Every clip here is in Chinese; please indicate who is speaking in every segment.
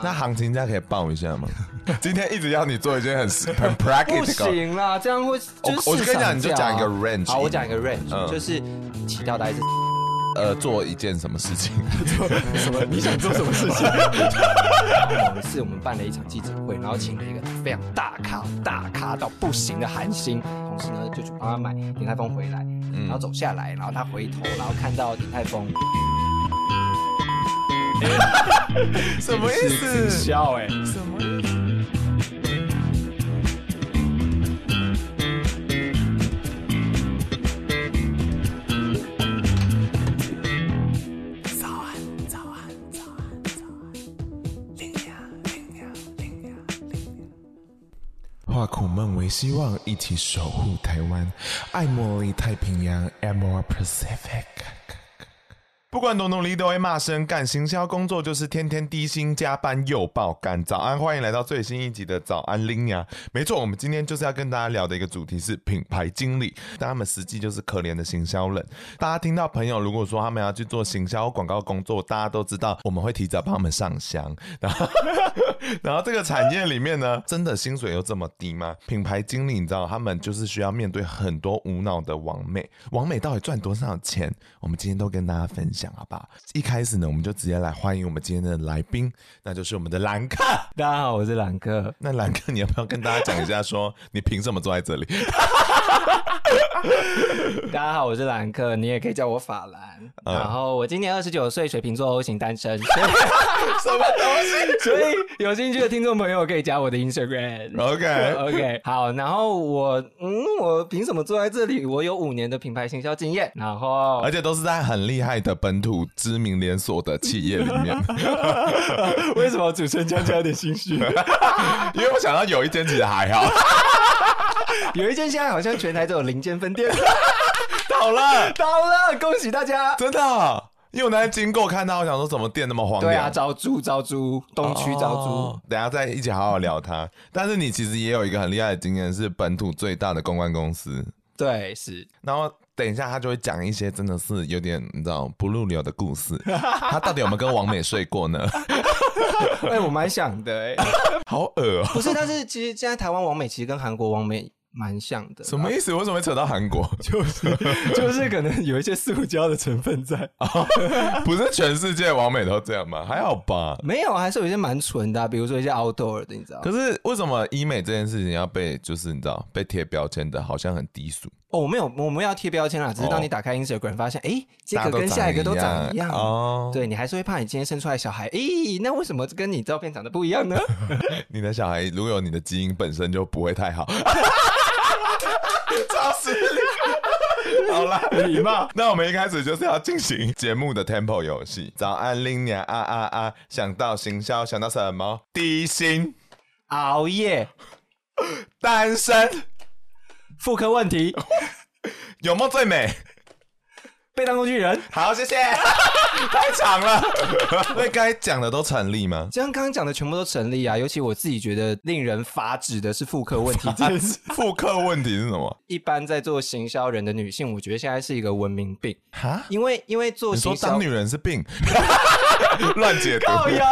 Speaker 1: 那行情价可以报一下吗？ 今天一直要你做一件很很 practical，
Speaker 2: 不行啦，这样会
Speaker 1: 我
Speaker 2: 就是
Speaker 1: 我就跟你讲，你就
Speaker 2: 市场价啊
Speaker 1: 讲一个 range。
Speaker 2: 好，我讲一个 range，、
Speaker 1: 嗯
Speaker 2: 就是起跳大 概是
Speaker 1: 呃，做一件什么事 情？
Speaker 2: 什 么？你想做什么 事情？某一次我们办了一场记者会，然后请了一个非常大咖、大咖到不行的韩星，同时呢就去帮他买鼎泰丰回来，
Speaker 1: 嗯
Speaker 2: 然后走下来，然后他回头，然后看到鼎 泰丰
Speaker 1: 什么意思？
Speaker 2: 笑哎、
Speaker 1: 化苦闷为希望，一起守护台湾。爱茉莉太平洋 （Amor Pacific）。不管懂懂离哦都会骂声干，行销工作就是天天低薪加班又爆肝。早安，欢迎来到最新一集的早安 l i n a 没错，我们今天就是要跟大家聊的一个主题是品牌经理，但他们实际就是可怜的行销人。大家听到朋友如果说他们要去做行销广告工作，大家都知道我们会提早帮他们上香，然后 然后这个产业里面呢，真的薪水又这么低吗？品牌经理你知道，他们就是需要面对很多无脑的网美，网美到底赚多少钱？我们今天都跟大家分享，好不好？一开始呢，我们就直接来欢迎我们今天的来宾，那就是我们的兰克。
Speaker 2: 大家好，我是兰克。
Speaker 1: 那兰克，你要不要跟大家讲一下说你凭 什么坐在这里？
Speaker 2: 大家好，我是兰克，你也可以叫我法兰。
Speaker 1: 嗯
Speaker 2: 然后我今年二十九岁，水瓶座 O 型单 身。 所
Speaker 1: 什么东
Speaker 2: 以所以有兴趣的听众朋友可以加我的 Instagram。
Speaker 1: 西？OK，
Speaker 2: OK，好，然后我，嗯，我凭什么坐在这里？我有五年的品牌行销经验，然后
Speaker 1: 而且都是在很厉害的本土知名连锁的企业里 面，
Speaker 2: 为什么主持人讲起来有点心 虚？
Speaker 1: 因为我想到有一间其实还好。
Speaker 2: 有一间现在好像全台都有零间分店，
Speaker 1: 好了。
Speaker 2: 倒了，恭喜大家！
Speaker 1: 真的啊，因为我那天经过看到，我想说怎么店那么荒凉。
Speaker 2: 对啊，招租招租，东区招租。
Speaker 1: 哦等一下再一起好好聊它。但是你其实也有一个很厉害的经验，是本土最大的公关公司。
Speaker 2: 对，是
Speaker 1: 然后等一下他就会讲一些真的是有点你知道不入流的故 事。他到底有没有跟王美睡过呢？
Speaker 2: 哎、我蛮想的、 哎，
Speaker 1: 好恶哦、
Speaker 2: 不是，但是其实现在台湾王美其实跟韩国王美蛮像的，
Speaker 1: 什么意思？为什么会扯到韩 国？
Speaker 2: 就是可能有一些塑胶的成分在，
Speaker 1: 不是全世界王美都这样吗？还好吧。
Speaker 2: 没有，还是有一些蛮纯的啊、比如说一些 outdoor 的，你知道吗？
Speaker 1: 可是为什么医美这件事情要被就是你知道被贴标签的，好像很低俗？
Speaker 2: 哦，我们有我们要贴标签啦，只是当你
Speaker 1: 哦
Speaker 2: 打开 Instagram 发现，哎、这
Speaker 1: 大家
Speaker 2: 个
Speaker 1: 都
Speaker 2: 跟下一个都长一样，
Speaker 1: 哦。
Speaker 2: 对你还是会怕你今天生出来小孩，咦、那为什么跟你照片长得不一样呢？
Speaker 1: 你的小孩如果有你的基因本身就不会太 好。超失礼。好啦，礼貌。那我们一开始就是要进行节目的 tempo 游戏。早安，林娘啊啊啊！想到行销，想到什么？低薪、
Speaker 2: 熬夜、
Speaker 1: 单身，
Speaker 2: 妇科问题、
Speaker 1: 有梦最美。
Speaker 2: 被当工具人，
Speaker 1: 好，谢谢。 太长了，所以该讲的都成立吗？
Speaker 2: 像刚刚讲的全部都成立啊。尤其我自己觉得令人发指的是妇科 问题这件事。
Speaker 1: 啊复刻问题是什么？
Speaker 2: 一般在做行销人的女性，我觉得现在是一个文明病，
Speaker 1: 哈？
Speaker 2: 因为因为做
Speaker 1: 你
Speaker 2: 行
Speaker 1: 说
Speaker 2: 销
Speaker 1: 当女人是病？ 乱解读。
Speaker 2: 靠腰，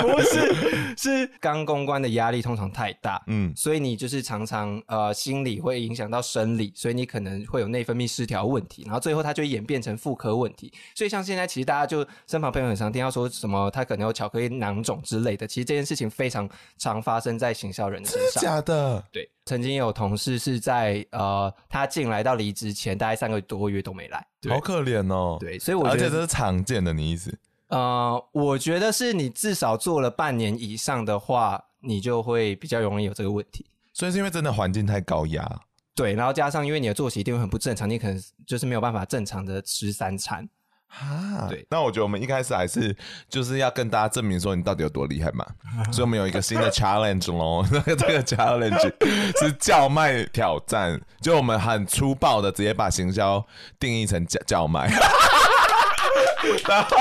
Speaker 2: 不是， 是刚公关的压力通常太大，
Speaker 1: 嗯
Speaker 2: 嗯，所以你就是常常呃心理会影响到生理，所以你可能会有内分泌失调问题，然后最后它就会演变成妇科问题。所以像现在其实大家就身旁朋友很常听到说什么他可能有巧克力囊肿之类的，其实这件事情非常常发生在行销人的身
Speaker 1: 真的
Speaker 2: 上。
Speaker 1: 假的？
Speaker 2: 对，曾经有同事是在呃他进来到离职前大概三个多月都没来，
Speaker 1: 好可怜哦。
Speaker 2: 对，所以我
Speaker 1: 而
Speaker 2: 觉
Speaker 1: 且
Speaker 2: 得
Speaker 1: 这是常见的，你意思？
Speaker 2: 呃，我觉得是你至少做了半年以上的话，你就会比较容易有这个问题。
Speaker 1: 所以是因为真的环境太高压，
Speaker 2: 啊对，然后加上因为你的作息一定会很不正常，你可能就是没有办法正常的吃三餐。
Speaker 1: 哈，
Speaker 2: 对。
Speaker 1: 啊那我觉得我们一开始还是就是要跟大家证明说你到底有多厉害 嘛，所以我们有一个新的 challenge 咯。 那个这个 challenge 是叫卖挑战，就我们很粗暴的直接把行销定义成叫叫卖。 然后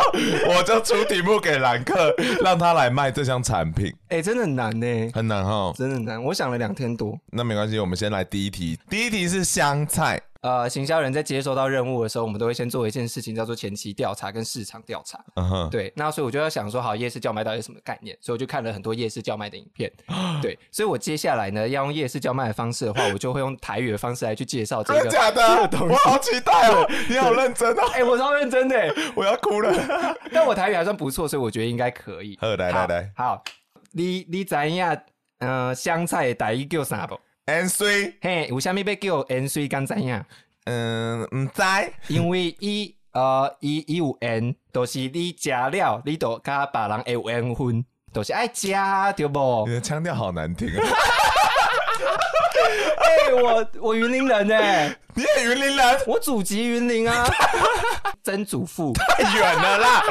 Speaker 1: 我就出题目给兰克，让他来卖这项产品，
Speaker 2: 哎，真的很难呢、
Speaker 1: 很难哈。哦
Speaker 2: 真的很难。我想了两天多，
Speaker 1: 那没关系，我们先来第一题。第一题是香菜，
Speaker 2: 呃行销人在接收到任务的时候，我们都会先做一件事情，叫做前期调查跟市场调查。
Speaker 1: 嗯哼，
Speaker 2: 对，那所以我就要想说，好，夜市叫卖到底是什么概念？所以我就看了很多夜市叫卖的影 片。对，所以我接下来呢，要用夜市叫卖的方式的话，我就会用台语的方式来去介绍这
Speaker 1: 真的
Speaker 2: 个。
Speaker 1: 假的？我好期待哦！你好认真哦，
Speaker 2: 哎、我超认真的耶，
Speaker 1: 我要哭了。
Speaker 2: 但我台语还算不错，所以我觉得应该可以。
Speaker 1: 好来来来
Speaker 2: 好，你你知影，呃，香菜的台语叫啥不？
Speaker 1: N C，
Speaker 2: 嘿，有啥物要叫盐水敢知影？
Speaker 1: 嗯，唔知，
Speaker 2: 因为伊呃伊伊有缘，就是你食了，你就甲别人会有缘分，就是爱食对 无
Speaker 1: 你？的腔调好难听啊！
Speaker 2: 哎、我 我云林人哎、
Speaker 1: 你也云林人，
Speaker 2: 我祖籍云林啊， 曾祖父。
Speaker 1: 太远了啦！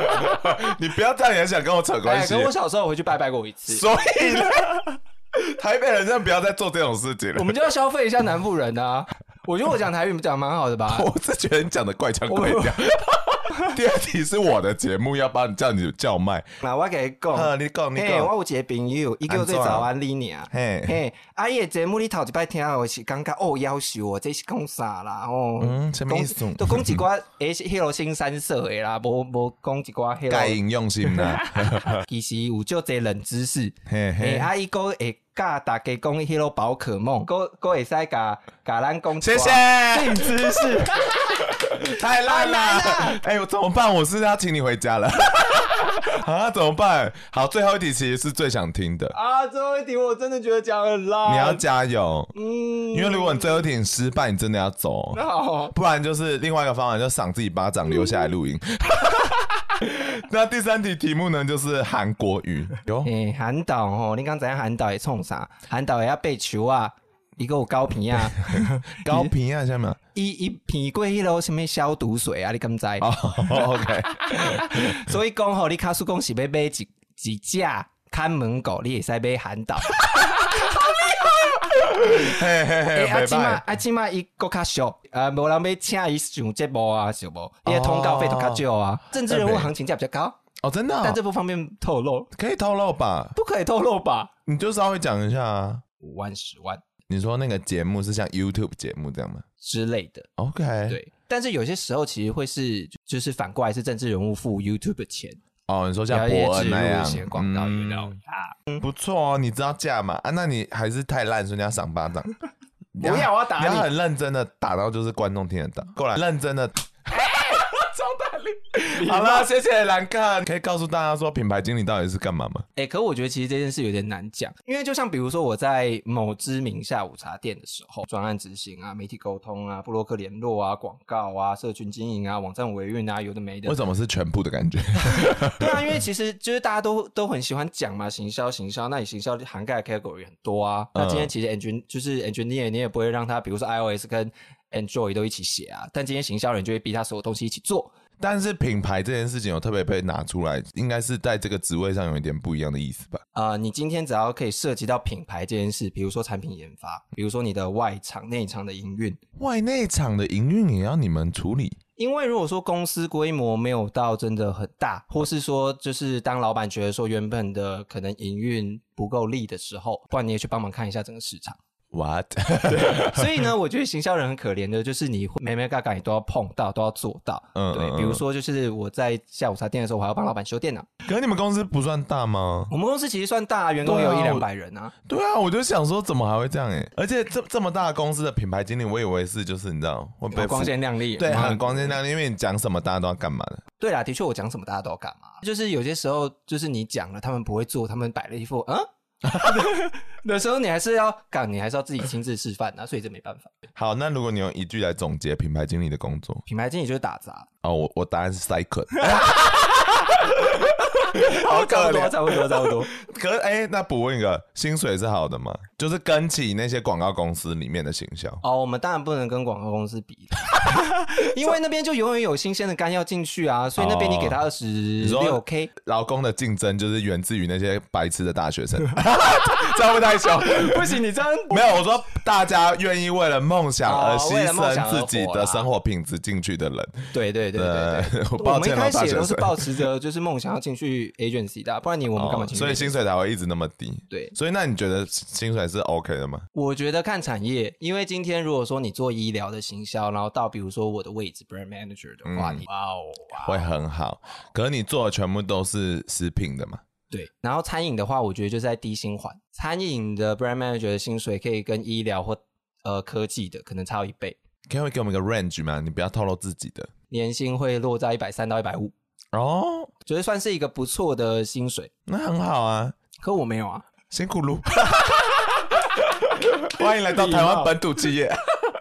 Speaker 1: 你不要这样，也想跟我扯关
Speaker 2: 哎，
Speaker 1: 系
Speaker 2: 跟。我小时候回去拜拜过一次，
Speaker 1: 所以呢，台北人真的不要再做这种事情
Speaker 2: 我
Speaker 1: 了。
Speaker 2: 们就要消费一下南部人啊。我觉得我讲台语讲得蛮好 的吧。
Speaker 1: 我是觉得你讲的怪腔怪调。 第二题是我的节目，要帮你叫你叫卖。
Speaker 2: 那我给你
Speaker 1: 呃，
Speaker 2: 讲，
Speaker 1: 你讲，你
Speaker 2: 哦嘿，
Speaker 1: 讲，啊
Speaker 2: 我有一个朋友，伊叫做早安丽娘。
Speaker 1: 嘿，
Speaker 2: 嘿，啊，伊的节目你头一摆听，我是感觉哦，夭寿哦，这是讲啥啦？哦，
Speaker 1: 嗯什么意思
Speaker 2: 讲都讲一寡诶，迄落新三色的啦，无无讲一寡 迄
Speaker 1: 该
Speaker 2: 落。
Speaker 1: 引用心呢？
Speaker 2: 其实有足侪冷知识，
Speaker 1: 嘿
Speaker 2: 嘿，
Speaker 1: 嘿，
Speaker 2: 啊，伊个会教大家讲迄落宝可梦，个个会使甲甲咱讲一寡
Speaker 1: 谢谢。
Speaker 2: 冷知识。
Speaker 1: 太烂了！哎、我怎么办？我是要请你回家 了啊？怎么办？好，最后一题其实是最想听的，
Speaker 2: 啊，最后一题我真的觉得讲很烂。
Speaker 1: 你要加油，
Speaker 2: 嗯，
Speaker 1: 因为如果你最后一题你失败，你真的要走，
Speaker 2: 好，
Speaker 1: 不然就是另外一个方法，就赏自己巴掌，留下来 录音。那第三题题目呢，就是韩国语哟。
Speaker 2: 诶、韩导吼，你刚知影韩导会创啥？韩导会晓背球啊，伊个有高片啊，
Speaker 1: 高频啊，下 面
Speaker 2: 伊伊片过迄落什物消毒水啊，你敢知？
Speaker 1: 哦 ，OK，
Speaker 2: 所以讲吼，你卡叔讲是要买一一只看门狗，你会使买韩导。
Speaker 1: 嘿嘿
Speaker 2: 诶、
Speaker 1: 嘿，
Speaker 2: 啊
Speaker 1: 拜
Speaker 2: 即嘛
Speaker 1: 拜。
Speaker 2: 啊即嘛伊搁较俗，呃，无人要请伊上节目啊，是无？伊个通告费都较少啊，政治人物行情价比较高，
Speaker 1: 哦，真的哦、
Speaker 2: 但这不方便透露，
Speaker 1: 可以透露吧？
Speaker 2: 不可以透露吧？
Speaker 1: 你就稍微讲一下啊。
Speaker 2: 五万、十万
Speaker 1: 你说那个节目是像 YouTube 节目这样吗
Speaker 2: 之类的。
Speaker 1: ？OK，对
Speaker 2: 对，但是有些时候其实会是，就是反过来是政治人物付 YouTube 的钱，
Speaker 1: 哦，你说
Speaker 2: 然
Speaker 1: 像
Speaker 2: 后也
Speaker 1: 伯恩
Speaker 2: 植
Speaker 1: 那
Speaker 2: 入一
Speaker 1: 样
Speaker 2: 些广告语料
Speaker 1: 嗯
Speaker 2: 啊，
Speaker 1: 不错哦，你知道价嘛？啊，那你还是太烂，所以你要赏巴 掌。
Speaker 2: 不要我要打
Speaker 1: 你要
Speaker 2: 你，
Speaker 1: 很认真的打到就是观众听得到，过来认真的。 好了，谢谢兰克，可以告诉大家说品牌经理到底是干嘛吗？
Speaker 2: 哎、可我觉得其实这件事有点难讲，因为就像比如说我在某知名下午茶店的时候，专案执行啊、媒体沟通啊、布洛克联络啊、广告啊、社群经营啊、网站维运啊，有的没的
Speaker 1: 为，什么是全部的感觉？
Speaker 2: 对啊，因为其实就是大家都都很喜欢讲嘛，行销行销，那你行销涵盖的 category 很多啊。
Speaker 1: 嗯
Speaker 2: 那今天其实 engine 就是 engineer，你也不会让他比如说 iOS 跟 Android 都一起写啊，但今天行销人就会逼他所有东西一起做。
Speaker 1: 但是品牌这件事情有特别被拿出来，应该是在这个职位上有一点不一样的意思吧？
Speaker 2: 呃，你今天只要可以涉及到品牌这件事，比如说产品研发，比如说你的外场、内场的营运，
Speaker 1: 外内场的营运也要你们处理，
Speaker 2: 因为如果说公司规模没有到真的很大，或是说就是当老板觉得说原本的可能营运不够力的时候，不然你也去帮忙看一下整个 市场。
Speaker 1: what？
Speaker 2: 所以呢，我觉得行销人很可怜的，就是你会每每嘎嘎你都要碰到，都要做到。
Speaker 1: 嗯嗯
Speaker 2: 对，
Speaker 1: 嗯
Speaker 2: 比如说就是我在下午茶店的时候，我还要帮老板修电脑。
Speaker 1: 可是你们公司不算大吗？
Speaker 2: 我们公司其实算大，员工也有
Speaker 1: 对
Speaker 2: 一
Speaker 1: 啊
Speaker 2: 两
Speaker 1: 我
Speaker 2: 百人啊。
Speaker 1: 对啊，我就想说怎么还会这样哎、而且这这么大的公司的品牌经理，我以为是就是你知道会被
Speaker 2: 很哦光
Speaker 1: 付
Speaker 2: 鲜亮丽，
Speaker 1: 对，
Speaker 2: 嗯
Speaker 1: 很光鲜亮丽，因为你讲什么大家都要干嘛的。
Speaker 2: 对啦，的确，我讲什么大家都要干嘛。就是有些时候，就是你讲了，他们不会做，他们摆了一副嗯 的时候，你还是要干，你还是要自己亲自示范啊。所以这没办法，
Speaker 1: 好，那如果你用一句来总结品牌经理的工作，
Speaker 2: 品牌经理就是打 杂，
Speaker 1: 哦，我我答案是 cycle，可
Speaker 2: 好差不
Speaker 1: 怜
Speaker 2: 多，差不多，差不多。
Speaker 1: 可是哎、那补问一个，薪水是好的吗？就是跟起那些广告公司里面的行销，
Speaker 2: 哦，我们当然不能跟广告公司比，因为那边就永远有新鲜的肝要进去啊，所以那边你给
Speaker 1: 哦
Speaker 2: 他二十六 k，
Speaker 1: 劳工的竞争就是源自于那些白痴的大学生， 这样会不会太凶？
Speaker 2: 不行，你这样
Speaker 1: 没有，我说大家愿意为了梦想而
Speaker 2: 哦为
Speaker 1: 牺
Speaker 2: 了梦想
Speaker 1: 牲
Speaker 2: 而
Speaker 1: 自己
Speaker 2: 活
Speaker 1: 的
Speaker 2: 啦
Speaker 1: 生活品质进去的人，
Speaker 2: 对对对对对。，
Speaker 1: 我
Speaker 2: 我
Speaker 1: 抱
Speaker 2: 们一
Speaker 1: 歉了，哦
Speaker 2: 开
Speaker 1: 大
Speaker 2: 始也
Speaker 1: 学
Speaker 2: 都是
Speaker 1: 生。
Speaker 2: 抱持着就是梦想要进去 agency 的啊，不然你我们干嘛进
Speaker 1: 哦
Speaker 2: 去 agency？
Speaker 1: 所以薪水才会一直那么低。
Speaker 2: 对
Speaker 1: 所以那你觉得薪水是 OK 的吗？
Speaker 2: 我觉得看产业，因为今天如果说你做医疗的行销，然后到比如说我的位置 brand manager 的话，
Speaker 1: 嗯
Speaker 2: 你哇哦，哇
Speaker 1: 会很好，可是你做的全部都是食品的嘛？
Speaker 2: 对。然后餐饮的话，我觉得就是在低薪环，餐饮的 brand manager 的薪水可以跟医疗或呃科技的可能差一倍，
Speaker 1: 可以给我们一个 range 吗？你不要透露自己的
Speaker 2: 年薪会落在一百三到一百五，
Speaker 1: 哦，
Speaker 2: 觉得算是一个不错的薪水。
Speaker 1: 那很好啊，
Speaker 2: 可我没有啊，
Speaker 1: 辛苦 噜。欢迎来到台湾本土企 业，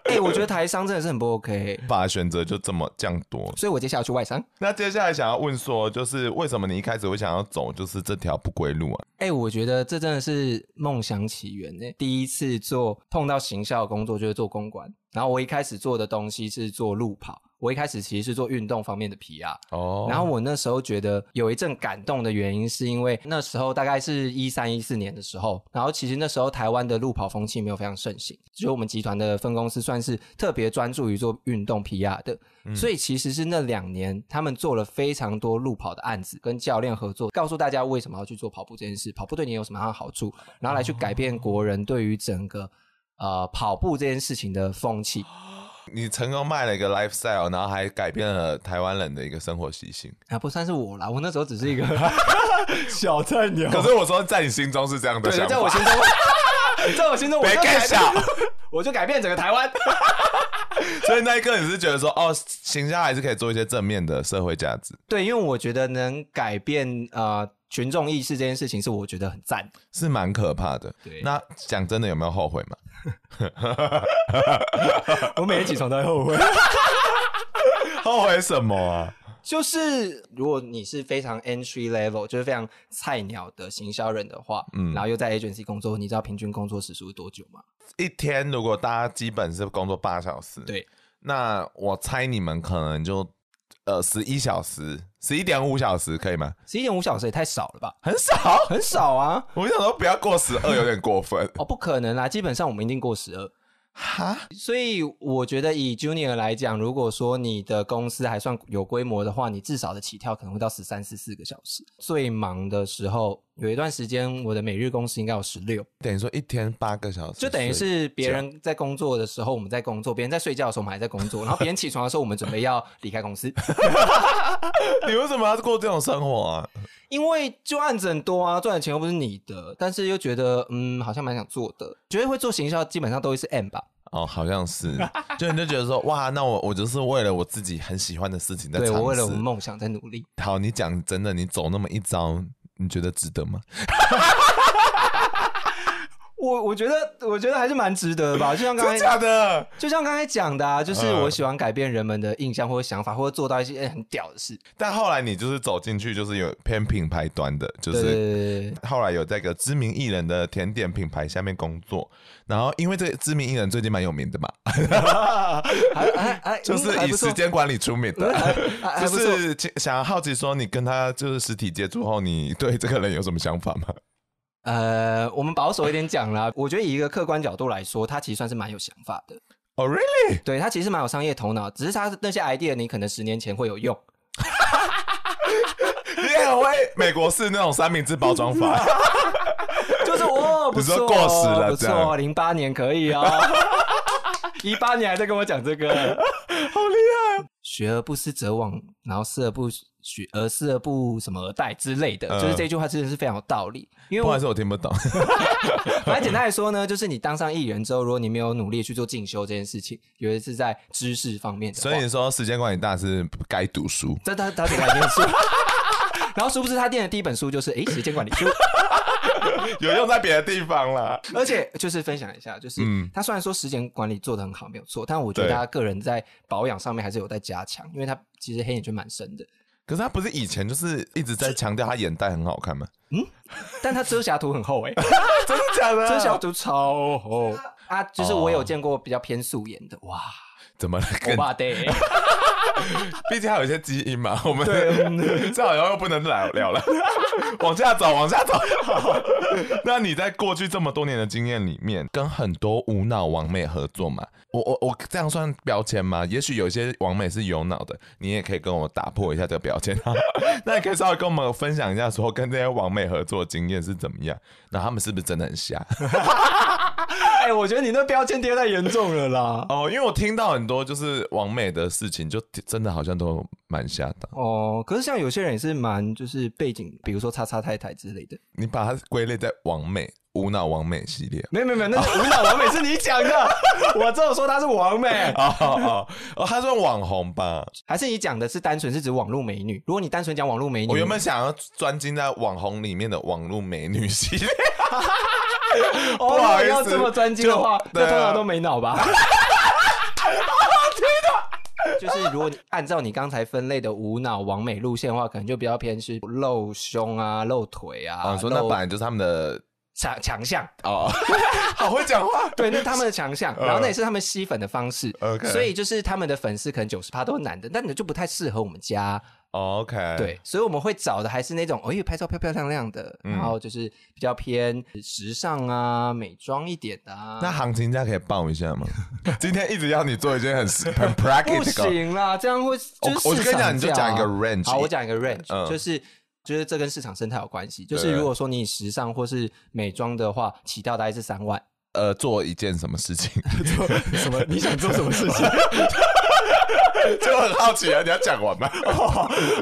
Speaker 2: 哎、我觉得台商真的是很不 OK，
Speaker 1: 把选择就这么降多。
Speaker 2: 所以我接下来去外商。
Speaker 1: 那接下来想要问说，就是为什么你一开始会想要走就是这条不归路啊？
Speaker 2: 哎、我觉得这真的是梦想起源呢、第一次做碰到行销的工作就是做公关，然后我一开始做的东西是做路跑，我一开始其实是做运动方面的 PR。
Speaker 1: 哦
Speaker 2: 然后我那时候觉得有一阵感动的原因，是因为那时候大概是一三一四年的时候，然后其实那时候台湾的路跑风气没有非常盛行，只有我们集团的分公司算是特别专注于做运动 PR 的，所以其实是那两年他们做了非常多路跑的案子，跟教练合作，告诉大家为什么要去做跑步这件事，跑步对你有什么样的好处，然后来去改变国人对于整个呃跑步这件事情的风气。
Speaker 1: 你成功卖了一个 lifestyle，然后还改变了台湾人的一个生活习性。
Speaker 2: 啊，不算是我啦，我那时候只是一个 小菜鸟
Speaker 1: 可是我说，在你心中是这样的
Speaker 2: 哦对，
Speaker 1: 想
Speaker 2: 在我
Speaker 1: 法，
Speaker 2: 心中，在我心中，我
Speaker 1: 别
Speaker 2: 就
Speaker 1: 干
Speaker 2: 改
Speaker 1: 笑。
Speaker 2: 我就改变整个台湾。
Speaker 1: 所以那一刻你是觉得说，哦，行销还是可以做一些正面的社会价值，
Speaker 2: 对，因为我觉得能改变呃群众意识这件事情，是我觉得很赞的。
Speaker 1: 是蛮可怕的。
Speaker 2: 对
Speaker 1: 那讲真的，有没有后悔 嘛？
Speaker 2: 我每天起床都在后悔。
Speaker 1: 后悔什么啊？
Speaker 2: 就是如果你是非常 entry level，就是非常菜鸟的行销人的话，
Speaker 1: 嗯
Speaker 2: 嗯，然后又在 agency 工作，你知道平均工作时数是多久吗？
Speaker 1: 一天如果大家基本是工作八小时，，
Speaker 2: 对，
Speaker 1: 那我猜你们可能就呃十一小时，十一点五小时可以吗？
Speaker 2: 十一点五小时也太少了吧？
Speaker 1: 很少，
Speaker 2: 很少啊！
Speaker 1: 我想说不要过十 二，有点过分。
Speaker 2: 哦，不可能啦，基本上我们一定过十二。
Speaker 1: 哈，
Speaker 2: 所以我觉得以 junior 来讲，如果说你的公司还算有规模的话，你至少的起跳可能会到十三、十四个小时。最忙的时候，有一段时间我的每日工时应该有十六，
Speaker 1: 等于说一天八个小时，
Speaker 2: 就等于是别人在工作的时候我们在工作，别人在睡觉的时候我们还在工作，然后别人起床的时候我们准备要离开 公司，
Speaker 1: 所以你为什么要过这种生活啊？
Speaker 2: 因为就案子很多啊，赚的钱又不是你的，但是又觉得嗯好像蛮想做的，觉得会做行销基本上都会是 M 吧，
Speaker 1: 哦，好像是，就你就觉得说，哇，那我我就是为了我自己很喜欢的事情在尝
Speaker 2: 对
Speaker 1: 试。
Speaker 2: 我为了我们梦想在努力。
Speaker 1: 好，你讲真的，你走那么一遭，你觉得值得吗？
Speaker 2: 我我觉得我觉得还是蛮值得的吧，就像刚才
Speaker 1: 的？
Speaker 2: 就像刚才讲的、啊，就是
Speaker 1: 嗯
Speaker 2: 我喜欢改变人们的印象或者想法，或者做到一些欸很屌的事。
Speaker 1: 但后来你就是走进去，就是有偏品牌端的，就
Speaker 2: 对对
Speaker 1: 是。
Speaker 2: 对对
Speaker 1: 后来有在一个知名艺人的甜点品牌下面工作，然后因为这个知名艺人最近蛮有名的嘛，
Speaker 2: 对，还还还
Speaker 1: 就是
Speaker 2: 嗯还
Speaker 1: 以
Speaker 2: 不错
Speaker 1: 时间管理出名的，
Speaker 2: 还还
Speaker 1: 就
Speaker 2: 不错
Speaker 1: 是想好奇说你跟他就是实体接触后，你对这个人有什么想法 吗？
Speaker 2: 呃，我们保守一点讲啦，我觉得以一个客观角度来说，他其实算是蛮有想法的。
Speaker 1: 哦、r e a l l y
Speaker 2: 对他其实蛮有商业头脑，只是他那些 idea 你可能十年前会有用。
Speaker 1: 你很会美国式那种三明治包装 法，
Speaker 2: 就是哦，不
Speaker 1: 你说
Speaker 2: 错，
Speaker 1: 过时了
Speaker 2: 不
Speaker 1: 这样
Speaker 2: 错，零八年可以 哦，一八年还在跟我讲这个，好厉害！
Speaker 1: 哦
Speaker 2: 学而不思则罔，然后思而不学，而思而不什么而殆之类的，
Speaker 1: 嗯
Speaker 2: 就是这句话真的是非常有道理。因为
Speaker 1: 不好
Speaker 2: 我
Speaker 1: 意思，我听不懂。
Speaker 2: 反正简单来说呢，就是你当上艺人之后，如果你没有努力去做进修这件事情，尤其是在知识方面的话，
Speaker 1: 所以你说时间管理大师该读书，
Speaker 2: 这他他只敢念书。 然后殊不知他念的第一本书就是诶时间管理书。
Speaker 1: 有用在别的地方啦。
Speaker 2: 而且就是分享一下，就是
Speaker 1: 嗯
Speaker 2: 他虽然说时间管理做得很好，没有错，但我觉得
Speaker 1: 对
Speaker 2: 他个人在保养上面还是有在加强，因为他其实黑眼圈蛮深的。
Speaker 1: 可是他不是以前就是一直在强调他眼袋很好看吗？
Speaker 2: 但他遮瑕图很厚哎、
Speaker 1: 真的假的哦
Speaker 2: 遮瑕图超厚啊！就是我有见过比较偏素颜的，哇，欸
Speaker 1: 怎么了？
Speaker 2: 欧巴 day，
Speaker 1: 毕竟还有一些基因嘛， 我们
Speaker 2: 对
Speaker 1: 这好像又不能聊聊 了，往下走，往下走。 那你在过去这么多年的经验里面，跟很多无脑王美合作嘛？我我我这样算标签吗？也许有些王美是有脑的，你也可以跟我打破一下这个标签。啊 那你可以稍微跟我们分享一下，说跟这些王美合作的经验是怎么样？那他们是不是真的很 瞎？
Speaker 2: 哎、我觉得你那标签贴太严重了啦。
Speaker 1: 哦，因为我听到很多就是王美的事情，就真的好像都蛮瞎的。
Speaker 2: 哦，可是像有些人也是蛮就是背景，比如说叉叉太太之类的。
Speaker 1: 你把它归类在王美无脑王美系列。
Speaker 2: 没有没有没有，那是舞蹈完美是你讲的，我只有说她是完 美，
Speaker 1: 哦哦哦，他算网红吧？
Speaker 2: 还是你讲的是单纯是指网络美女？如果你单纯讲网络美女，
Speaker 1: 我原本想要专精在网红里面的网络美女系列。
Speaker 2: 哦，
Speaker 1: 不好意思
Speaker 2: 要这么专精的话
Speaker 1: 就，对
Speaker 2: 那
Speaker 1: 啊
Speaker 2: 通常都没脑吧。 好好听的。就是如果你按照你刚才分类的无脑完美路线的话，可能就比较偏是露胸啊、露腿啊，
Speaker 1: 哦，你说那
Speaker 2: 露
Speaker 1: 本来就是他们的
Speaker 2: 强强项。
Speaker 1: 哦，好会讲话。
Speaker 2: 对，那是他们的 强项，
Speaker 1: 呃
Speaker 2: 然后那也是他们吸粉的 方式
Speaker 1: OK
Speaker 2: 所以就是他们的粉丝可能九十趴都是男的，但你就不太适合我们家，
Speaker 1: 哦 OK，
Speaker 2: 对，所以我们会找的还是那种，哦，因为拍照漂漂亮亮的，
Speaker 1: 嗯
Speaker 2: 然后就是比较偏时尚啊、美妆一点的啊。
Speaker 1: 那行情价可以报一下吗？ 今天一直要你做一件很很
Speaker 2: 不
Speaker 1: practical，
Speaker 2: 行啦，这样会
Speaker 1: 我
Speaker 2: 就是
Speaker 1: 我就跟你讲，你就
Speaker 2: 市场价啊
Speaker 1: 讲一个 range。
Speaker 2: 好，我讲一个 range，、
Speaker 1: 嗯
Speaker 2: 就是。就是这跟市场生态有关系，就是
Speaker 1: 对
Speaker 2: 如果说你以时尚或是美妆的话，起跳大概是三 万。
Speaker 1: 呃，做一件什么事情，
Speaker 2: 什么？你想做什么事情？
Speaker 1: 就很好奇啊，你要讲完吗？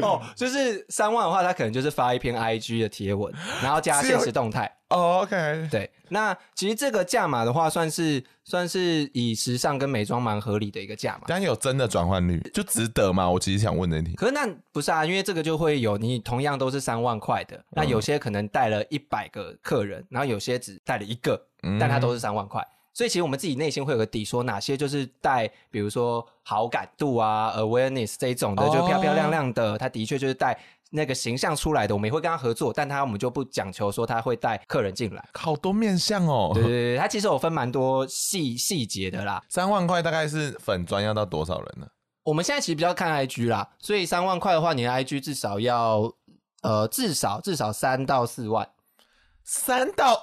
Speaker 2: 哦，就是三万的话，他可能就是发一篇 IG 的贴文，然后加现实 动态。
Speaker 1: 哦 OK，
Speaker 2: 对，那其实这个价码的话，算是算是以时尚跟美妆蛮合理的一个价码。
Speaker 1: 但有真的转换率就值得吗？我其实想问这一题。
Speaker 2: 可是那不是啊，因为这个就会有你同样都是三万块的，那
Speaker 1: 嗯
Speaker 2: 有些可能带了一百个客人，然后有些只带了一个，
Speaker 1: 嗯
Speaker 2: 但他都是三万块。所以其实我们自己内心会有个底，说哪些就是带，比如说好感度啊、awareness 这一种的，
Speaker 1: 哦
Speaker 2: 就漂漂亮亮的，他的确就是带那个形象出来的，我们也会跟他合作，但他我们就不讲求说他会带客人进来。
Speaker 1: 好多面相哦。
Speaker 2: 对对对，他其实有分蛮多细细节的啦。
Speaker 1: 三万块大概是粉砖要到多少人呢？
Speaker 2: 我们现在其实比较看 IG 啦，所以三万块的话，你的 IG 至少要呃至少至少三到四万。
Speaker 1: 三到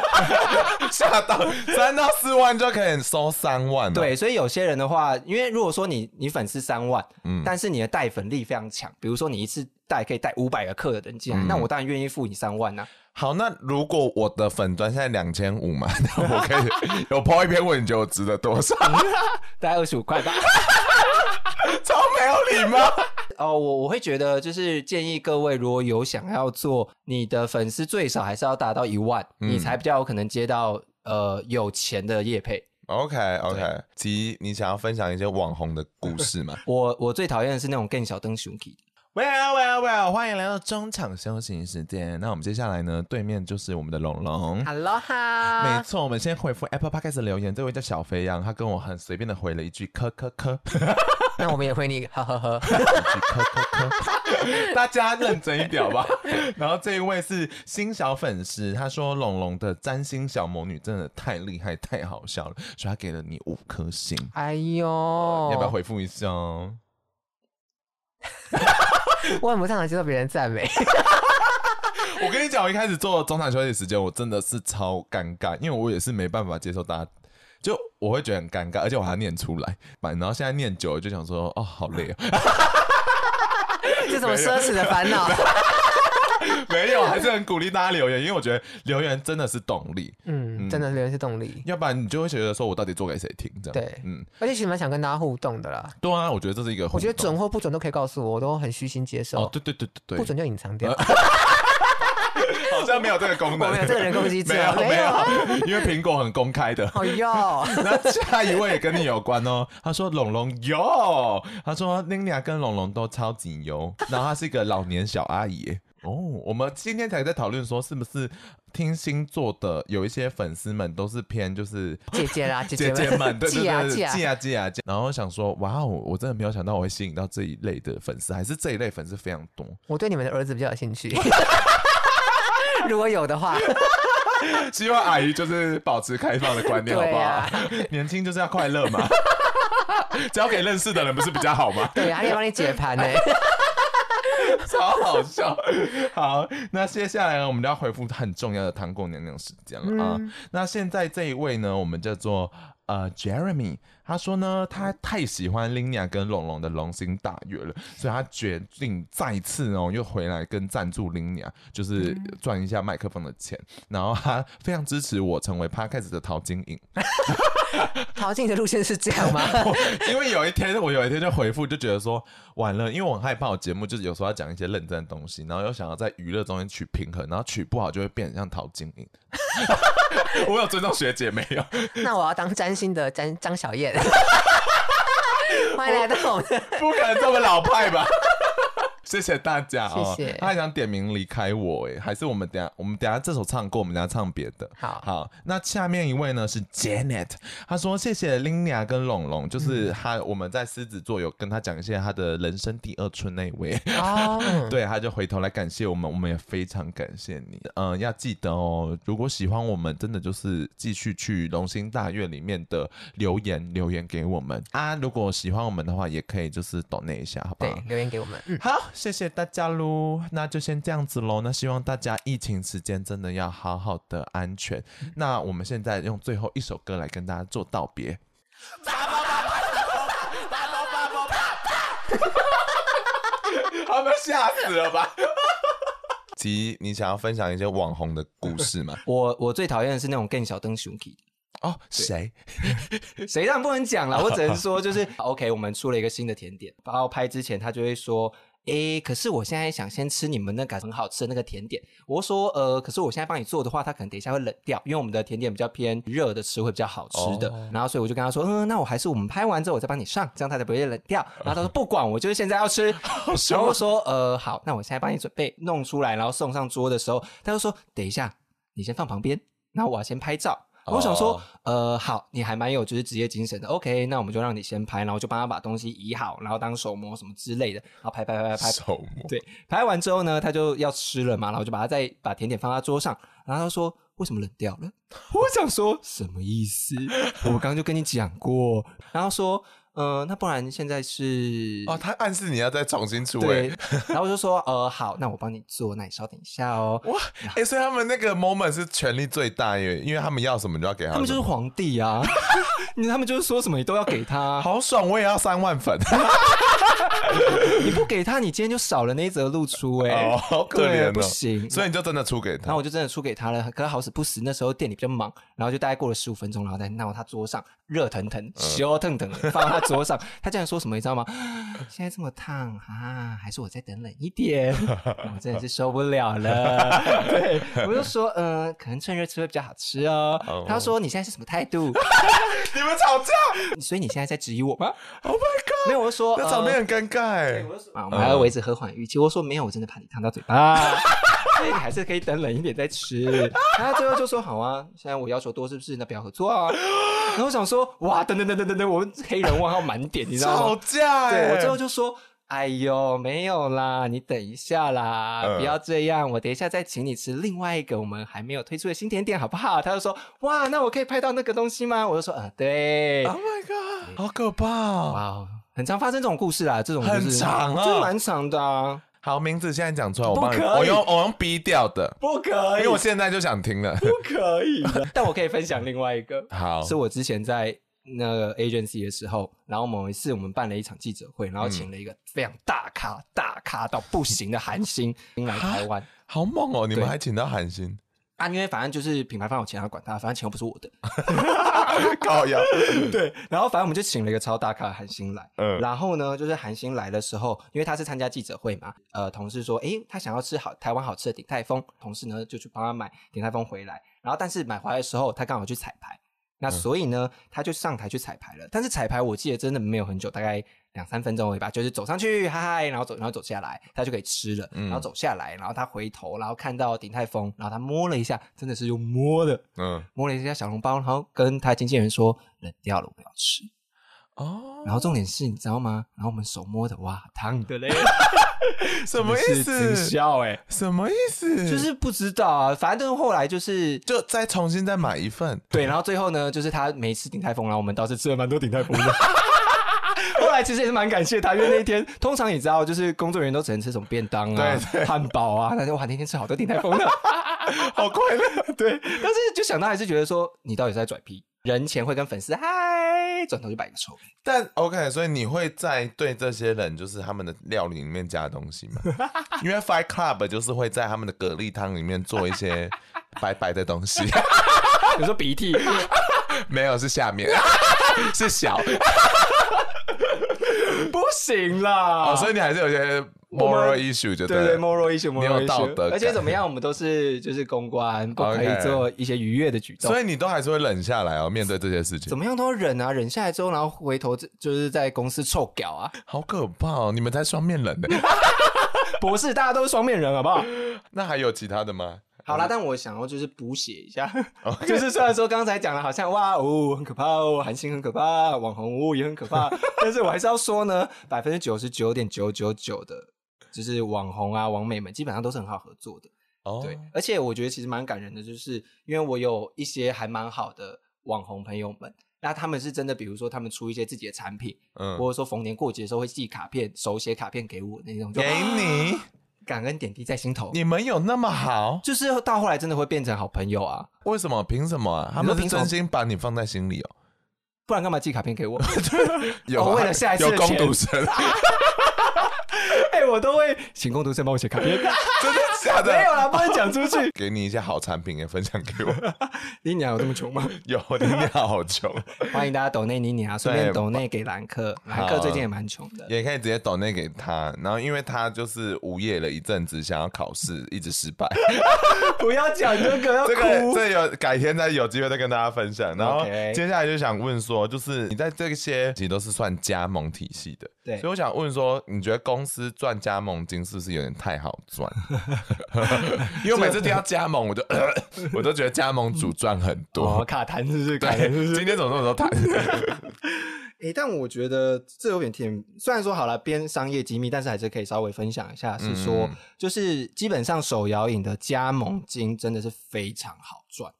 Speaker 1: 吓到三到四万就可以收三万、哦，，
Speaker 2: 对，所以有些人的话，因为如果说你你粉丝三万，
Speaker 1: 嗯
Speaker 2: 但是你的带粉力非常强，比如说你一次带可以带五百个客人进来，
Speaker 1: 嗯
Speaker 2: 那我当然愿意付你三万呐、
Speaker 1: 好，那如果我的粉砖现在两千五嘛，那我可以有抛一篇文，你觉得我值得多少？
Speaker 2: 大概二十五块吧。
Speaker 1: 超没有礼貌。
Speaker 2: 哦，我我会觉得就是建议各位，如果有想要做，你的粉丝最少还是要达到一万，
Speaker 1: 嗯
Speaker 2: 你才比较有可能接到呃有钱的业配。
Speaker 1: OK OK，
Speaker 2: 对
Speaker 1: 其你想要分享一些网红的故事吗
Speaker 2: 我我最讨厌的是那种更小灯熊 key。
Speaker 1: ？Well Well Well，欢迎来到中场休息时间。那我们接下来呢，对面就是我们的龙龙。
Speaker 2: Hello
Speaker 1: 没
Speaker 2: 哈，
Speaker 1: 错，我们先回复 Apple Podcast 的留言，这位叫小肥羊，他跟我很随便的回了一句“科科科”，
Speaker 2: 那我们也回你，呵 呵呵。
Speaker 1: 大家认真一点好不 好？然后这一位是新小粉丝，他说龙龙的占星小魔女真的太厉害，太好笑了，所以他给了你五颗星。
Speaker 2: 哎呦，
Speaker 1: 要不要回复一下哦？
Speaker 3: 我很不擅长接受别人赞美，
Speaker 1: 我跟你讲，我一开始做中场休息时间，我真的是超尴尬，因为我也是没办法接受大家，就我会觉得很尴尬，而且我还要念出来。然后现在念久了，就想说，哦，好累哦。
Speaker 3: 这什么奢侈的烦 恼？
Speaker 1: 没有，还是很鼓励大家留言，因为我觉得留言真的是动力，
Speaker 3: 嗯，真的留言是动力，
Speaker 1: 要不然你就会觉得说我到底做给谁听这样。
Speaker 3: 对
Speaker 1: 嗯，
Speaker 3: 而且其实蛮想跟大家互动的啦。
Speaker 1: 对啊，我觉得这是一个互动，
Speaker 3: 我觉得准或不准都可以告诉我，我都很虚心接
Speaker 1: 哦
Speaker 3: 受，，
Speaker 1: 对对对对
Speaker 3: 不
Speaker 1: 对，
Speaker 3: 准就隐藏掉。
Speaker 1: 好像没有这个功能，
Speaker 3: 我没有这个人工机制
Speaker 1: 没有
Speaker 3: 啊
Speaker 1: 没
Speaker 3: 没有
Speaker 1: 有，因为苹果很公开 的。
Speaker 3: 好哟，
Speaker 1: 那下一位也跟你有关哦，他说龙龙有，他说 l i n a 跟龙龙都超级油， 然后她是一个老年小阿姨耶。哦，我们今天才在讨论说，是不是听星座的有一些粉丝们都是偏就是
Speaker 3: 姐 姐啦，姐
Speaker 1: 姐姐们， 对对
Speaker 3: 记啊
Speaker 1: 对，
Speaker 3: 记啊
Speaker 1: 寄，啊寄啊寄。然后想说，哇哦，我真的没有想到我会吸引到这一类的粉丝，还是这一类粉丝非常多。
Speaker 3: 我对你们的儿子比较有兴趣。 如果有 的话，
Speaker 1: 希望阿姨就是保持开放的观念，好不好？
Speaker 3: 对啊
Speaker 1: 年轻就是要快乐嘛。 交给认识的人不是比较好吗？
Speaker 3: 对，阿丽帮你解盘呢、欸
Speaker 1: 超好笑。好，那接下来呢，我们就要回复很重要的糖果娘娘时间了啊、那现在这一位呢，我们叫做呃 Jeremy，他说呢，他太喜欢 Lina 跟龙龙的龙心大悦了，所以他决定再次哦又回来跟赞助 Lina，就是赚一下麦克风的钱。然后他非常支持我成为 Podcast 的陶晶莹。
Speaker 3: 陶晶莹的路线是这样 吗？
Speaker 1: 因为有一天，我有一天就回复，就觉得说完了，因为我很害怕我节目就是有时候要讲一些认真的东西，然后又想要在娱乐中间取平衡，然后取不好就会变得像陶晶莹。 我有尊重学姐没 有？
Speaker 3: 那我要当占星的张张 小燕。欢迎来到我们的
Speaker 1: 不可能这么老派吧？ 谢谢大家哦！
Speaker 3: 谢谢
Speaker 1: 他还想点名离开我哎，还是我们等下我们等下这首唱过，我们等下唱别的。
Speaker 3: 好
Speaker 1: 好，那下面一位呢是 Janet，她说谢谢 Lina 跟龙龙，
Speaker 3: 嗯
Speaker 1: 就是她我们在狮子座有跟她讲一些她的人生第二春那一位，
Speaker 3: 哦，
Speaker 1: 对，她就回头来感谢我们，我们也非常感谢你。嗯、要记得哦，如果喜欢我们，真的就是继续去龙兴大院里面的留言留言给我们啊。如果喜欢我们的话，也可以就是抖那一下，好不
Speaker 3: 对
Speaker 1: 好？，
Speaker 3: 留言给我们。嗯，
Speaker 1: 好，谢谢大家喽，那就先这样子喽。那希望大家疫情时间真的要好好的安全。那我们现在用最后一首歌来跟大家做道别。他们吓死了吧？吉，你想要分享一些网红的故事吗？
Speaker 2: 我我最讨厌的是那种更小灯熊 k
Speaker 1: 哦，谁？
Speaker 2: 谁让不能讲了？我只能说，就是 OK，我们出了一个新的甜点，然后拍之前他就会说。诶，可是我现在想先吃你们那个很好吃的那个甜点。我说，呃，可是我现在帮你做的话，它可能等一下会冷掉，因为我们的甜点比较偏热的吃会比较好吃的。然后所以我就跟他说，嗯，那我还是我们拍完之后我再帮你上，这样它才不会冷掉。然后他说不管，我就是现在要吃。然后我说，呃，好，那我现在帮你准备弄出来，然后送上桌的时候，他就说，等一下，你先放旁边，那我要先拍照。我想说
Speaker 1: 哦，
Speaker 2: 呃，好，你还蛮有就是职业精神的。OK，那我们就让你先拍，然后就帮他把东西移好，然后当手模什么之类的，然后拍拍拍拍 拍，
Speaker 1: 手模
Speaker 2: 对，拍完之后呢，他就要吃了嘛，然后就把他再把甜点放在桌上，然后他说为什么冷掉了？ 我想说什么意思？我刚刚就跟你讲过，然后说，呃，那不然现在是
Speaker 1: 哦，他暗示你要再重新出欸
Speaker 2: 对
Speaker 1: 诶。，
Speaker 2: 然后我就说，呃，好，那我帮你做，那你稍等一下哦。
Speaker 1: 哇，哎、所以他们那个 moment 是权力最大耶，因为他们要什么就要给他
Speaker 2: 他们
Speaker 1: 什
Speaker 2: 就
Speaker 1: 么
Speaker 2: 是皇帝 啊，你他们就是说什么你都要给他啊，
Speaker 1: 好爽，我也要三万粉。
Speaker 2: 你不给他，你今天就少了那一则露出哎、
Speaker 1: 哦， 好可
Speaker 2: 对
Speaker 1: 怜哦，
Speaker 2: 不行。
Speaker 1: 所以你就真的出给
Speaker 2: 然
Speaker 1: 他
Speaker 2: 后。我就真的出给他了，可是好死不死，那时候店里比较忙，然后就大概过了十五分钟，然后再闹他桌上热腾
Speaker 1: 嗯
Speaker 2: 腾、烧腾腾的放到他桌上，他竟然说什么你知道吗？现在这么烫啊，还是我再等冷一 点，我真的是受不了了。对，我就说，嗯、可能趁热吃会比较好吃哦。
Speaker 1: 哦
Speaker 2: 他说你现在是什么态度？
Speaker 1: 你们吵架
Speaker 2: 所以你现在在质疑我吗？
Speaker 1: ？Oh my
Speaker 2: 没有，我就说
Speaker 1: god，那场面
Speaker 2: 呃
Speaker 1: 很尴尬哎。
Speaker 2: 啊，我们还要维持和缓语气。我说没有，我真的怕你烫到嘴巴， 所以你还是可以等冷一点再吃。然后最后就说好啊，现在我要求多是不是？那不要合作啊。然后我想说哇，等等等等等等，我们黑人问号满点，你知道
Speaker 1: 吵
Speaker 2: 吗？
Speaker 1: 架哎！
Speaker 2: 对我最后就说。哎呦，没有啦，你等一下啦，
Speaker 1: 嗯
Speaker 2: 不要这样，我等一下再请你吃另外一个我们还没有推出的新甜点，好不好？他就说，哇，那我可以拍到那个东西吗？我就说，啊、对，
Speaker 1: Oh my god，好可怕哦！
Speaker 2: 哇哦，很常发生这种故事啊，这种就是
Speaker 1: 很长啊
Speaker 2: 真的蛮长的啊，
Speaker 1: 好，名字现在讲出来，我帮你，
Speaker 2: 不可以
Speaker 1: 我用我用逼掉的，
Speaker 2: 不可
Speaker 1: 因为我现在就想听 了。
Speaker 2: 不可以的。但我可以分享另外一个，
Speaker 1: 好，
Speaker 2: 是我之前在那个 agency 的时候，然后某一次我们办了一场记者会，然后请了一个非常大咖、大咖到不行的韩星 来台湾。
Speaker 1: 好猛哦！你们
Speaker 2: 对
Speaker 1: 还请到韩星，
Speaker 2: 啊，因为反正就是品牌方有钱，他管他，反正钱又不是我的。
Speaker 1: 高腰。
Speaker 2: 对，然后反正我们就请了一个超大咖的韩星来，
Speaker 1: 嗯
Speaker 2: 然后呢，就是韩星来的时候，因为他是参加记者会嘛，呃，同事说，诶，他想要吃好台湾好吃的鼎泰丰，同事呢就去帮他买鼎泰丰回来，然后但是买回来的时候，他刚好去彩排，
Speaker 1: 嗯
Speaker 2: 那所以呢，他就上台去彩排了，但是彩排我记得真的没有很久，大概。两三分钟而已吧，就是走上去，嗨嗨，然后走，然后走下来，他就可以吃了。
Speaker 1: 嗯
Speaker 2: 然后走下来，然后他回头，然后看到鼎泰丰，然后他摸了一下，真的是用摸的，
Speaker 1: 嗯，
Speaker 2: 摸了一下小笼包，然后跟他经纪人说冷掉了，我不要吃。
Speaker 1: 哦，
Speaker 2: 然后重点是，你知道吗？然后我们手摸的，哇，烫的嘞，
Speaker 1: 什么意思？嗯
Speaker 2: 笑哎、
Speaker 1: 什么意思？
Speaker 2: 就是不知道啊，反正后来就是。
Speaker 1: 就再重新再买一份。
Speaker 2: 对，然后最后呢，就是他没吃鼎泰丰，然后我们倒是吃了蛮多鼎泰丰的。 后来其实也是蛮感谢他，因为那一天通常你知道，就是工作人员都只能吃什么便当啊、 汉堡啊，但是哇，那天吃好多鼎泰 丰的，
Speaker 1: 好快乐。
Speaker 2: 对。但是就想到还是觉得说，你到底是在拽皮？人前会跟粉丝嗨，转头就摆个臭脸。
Speaker 1: 但 OK，所以你会在对这些人，就是他们的料理里面加东西 吗？因为 Fight Club 就是会在他们的蛤蜊汤里面做一 些白白的东西， 啊
Speaker 2: 你说鼻涕，
Speaker 1: 没有是下面是小
Speaker 2: 不行啦。
Speaker 1: 哦，所以你还是有些 moral issue 就
Speaker 2: 对
Speaker 1: 了
Speaker 2: 对，moral issue，
Speaker 1: 你
Speaker 2: moral
Speaker 1: 有
Speaker 2: issue
Speaker 1: 道德感
Speaker 2: 而且怎么样，我们都是就是公关，不可以
Speaker 1: OK
Speaker 2: 做一些愉悦的举动。
Speaker 1: 所以你都还是会冷下来哦，面对这些事情
Speaker 2: 怎，么样都忍啊，忍下来之后，然后回头就就是在公司臭屌 啊！
Speaker 1: 好可怕哦！你们才双面 人呢。
Speaker 2: 博士，大家都是双面人，好不好？
Speaker 1: 那还有其他的吗？哦
Speaker 2: 好啦，但我想要就是补写一下， 就是虽然说刚才讲了，好像哇哦很可怕哦，韩星很可怕，网红哦也很可 怕，但是我还是要说呢，百分之九十九点九九九的，就是网红啊、网美们，基本上都是很好合作的。
Speaker 1: 哦，
Speaker 2: 对，而且我觉得其实蛮感人的，就是因为我有一些还蛮好的网红朋友们，那他们是真的，比如说他们出一些自己的产品，
Speaker 1: 嗯，
Speaker 2: 或者说逢年过节的时候会寄卡片，手写卡片给我那种，就啊
Speaker 1: 给你，
Speaker 2: 感恩点滴在心头。
Speaker 1: 你们有那么好？
Speaker 2: 就是到后来真的会变成好朋友啊，
Speaker 1: 为什么？凭什么啊？他
Speaker 2: 你说
Speaker 1: 们是
Speaker 2: 凭什么
Speaker 1: 真心把你放在心里哦。
Speaker 2: 不然干嘛寄卡片给 我？
Speaker 1: 有
Speaker 2: 哦
Speaker 1: 啊
Speaker 2: 为了下一次
Speaker 1: 有
Speaker 2: 的
Speaker 1: 攻
Speaker 2: 钱
Speaker 1: 读生，
Speaker 2: 哎、我都会请工读生帮我写 卡片。
Speaker 1: 真的假
Speaker 2: 没有
Speaker 1: 的？
Speaker 2: 啦，不能讲出去。
Speaker 1: 给你一些好产品也分享给我。
Speaker 2: 你娘有这么穷吗？
Speaker 1: 有，你俩好穷，
Speaker 2: 欢迎大家抖内你娘，顺便
Speaker 1: 对
Speaker 2: 抖内给兰克。兰克最近也蛮穷的。
Speaker 1: 也可以直接抖内给他。然后，因为他就是无业了一阵子，想要考试，一直失 败。
Speaker 2: 不要讲这个，要
Speaker 1: 这个
Speaker 2: 哭。
Speaker 1: 这有改天再有机会再跟大家分享。然后
Speaker 2: OK
Speaker 1: 接下来就想问说，就是你在这些其实都是算加盟体系的，
Speaker 2: 对
Speaker 1: 所以我想问说，你觉得公司赚加盟金是不是有点太好 赚？ 因为我每次听到加盟，我就呃我都觉得加盟主赚很
Speaker 2: 我
Speaker 1: 多。
Speaker 2: 哦卡痰是不是？卡
Speaker 1: 对
Speaker 2: 痰是不，是
Speaker 1: 今？天怎么这么多谈？
Speaker 2: 诶、但我觉得这有点甜。虽然说好了，编商业机密，但是还是可以稍微分享一下，是说、
Speaker 1: 嗯
Speaker 2: 就是基本上手摇饮的加盟金真的是非常好赚。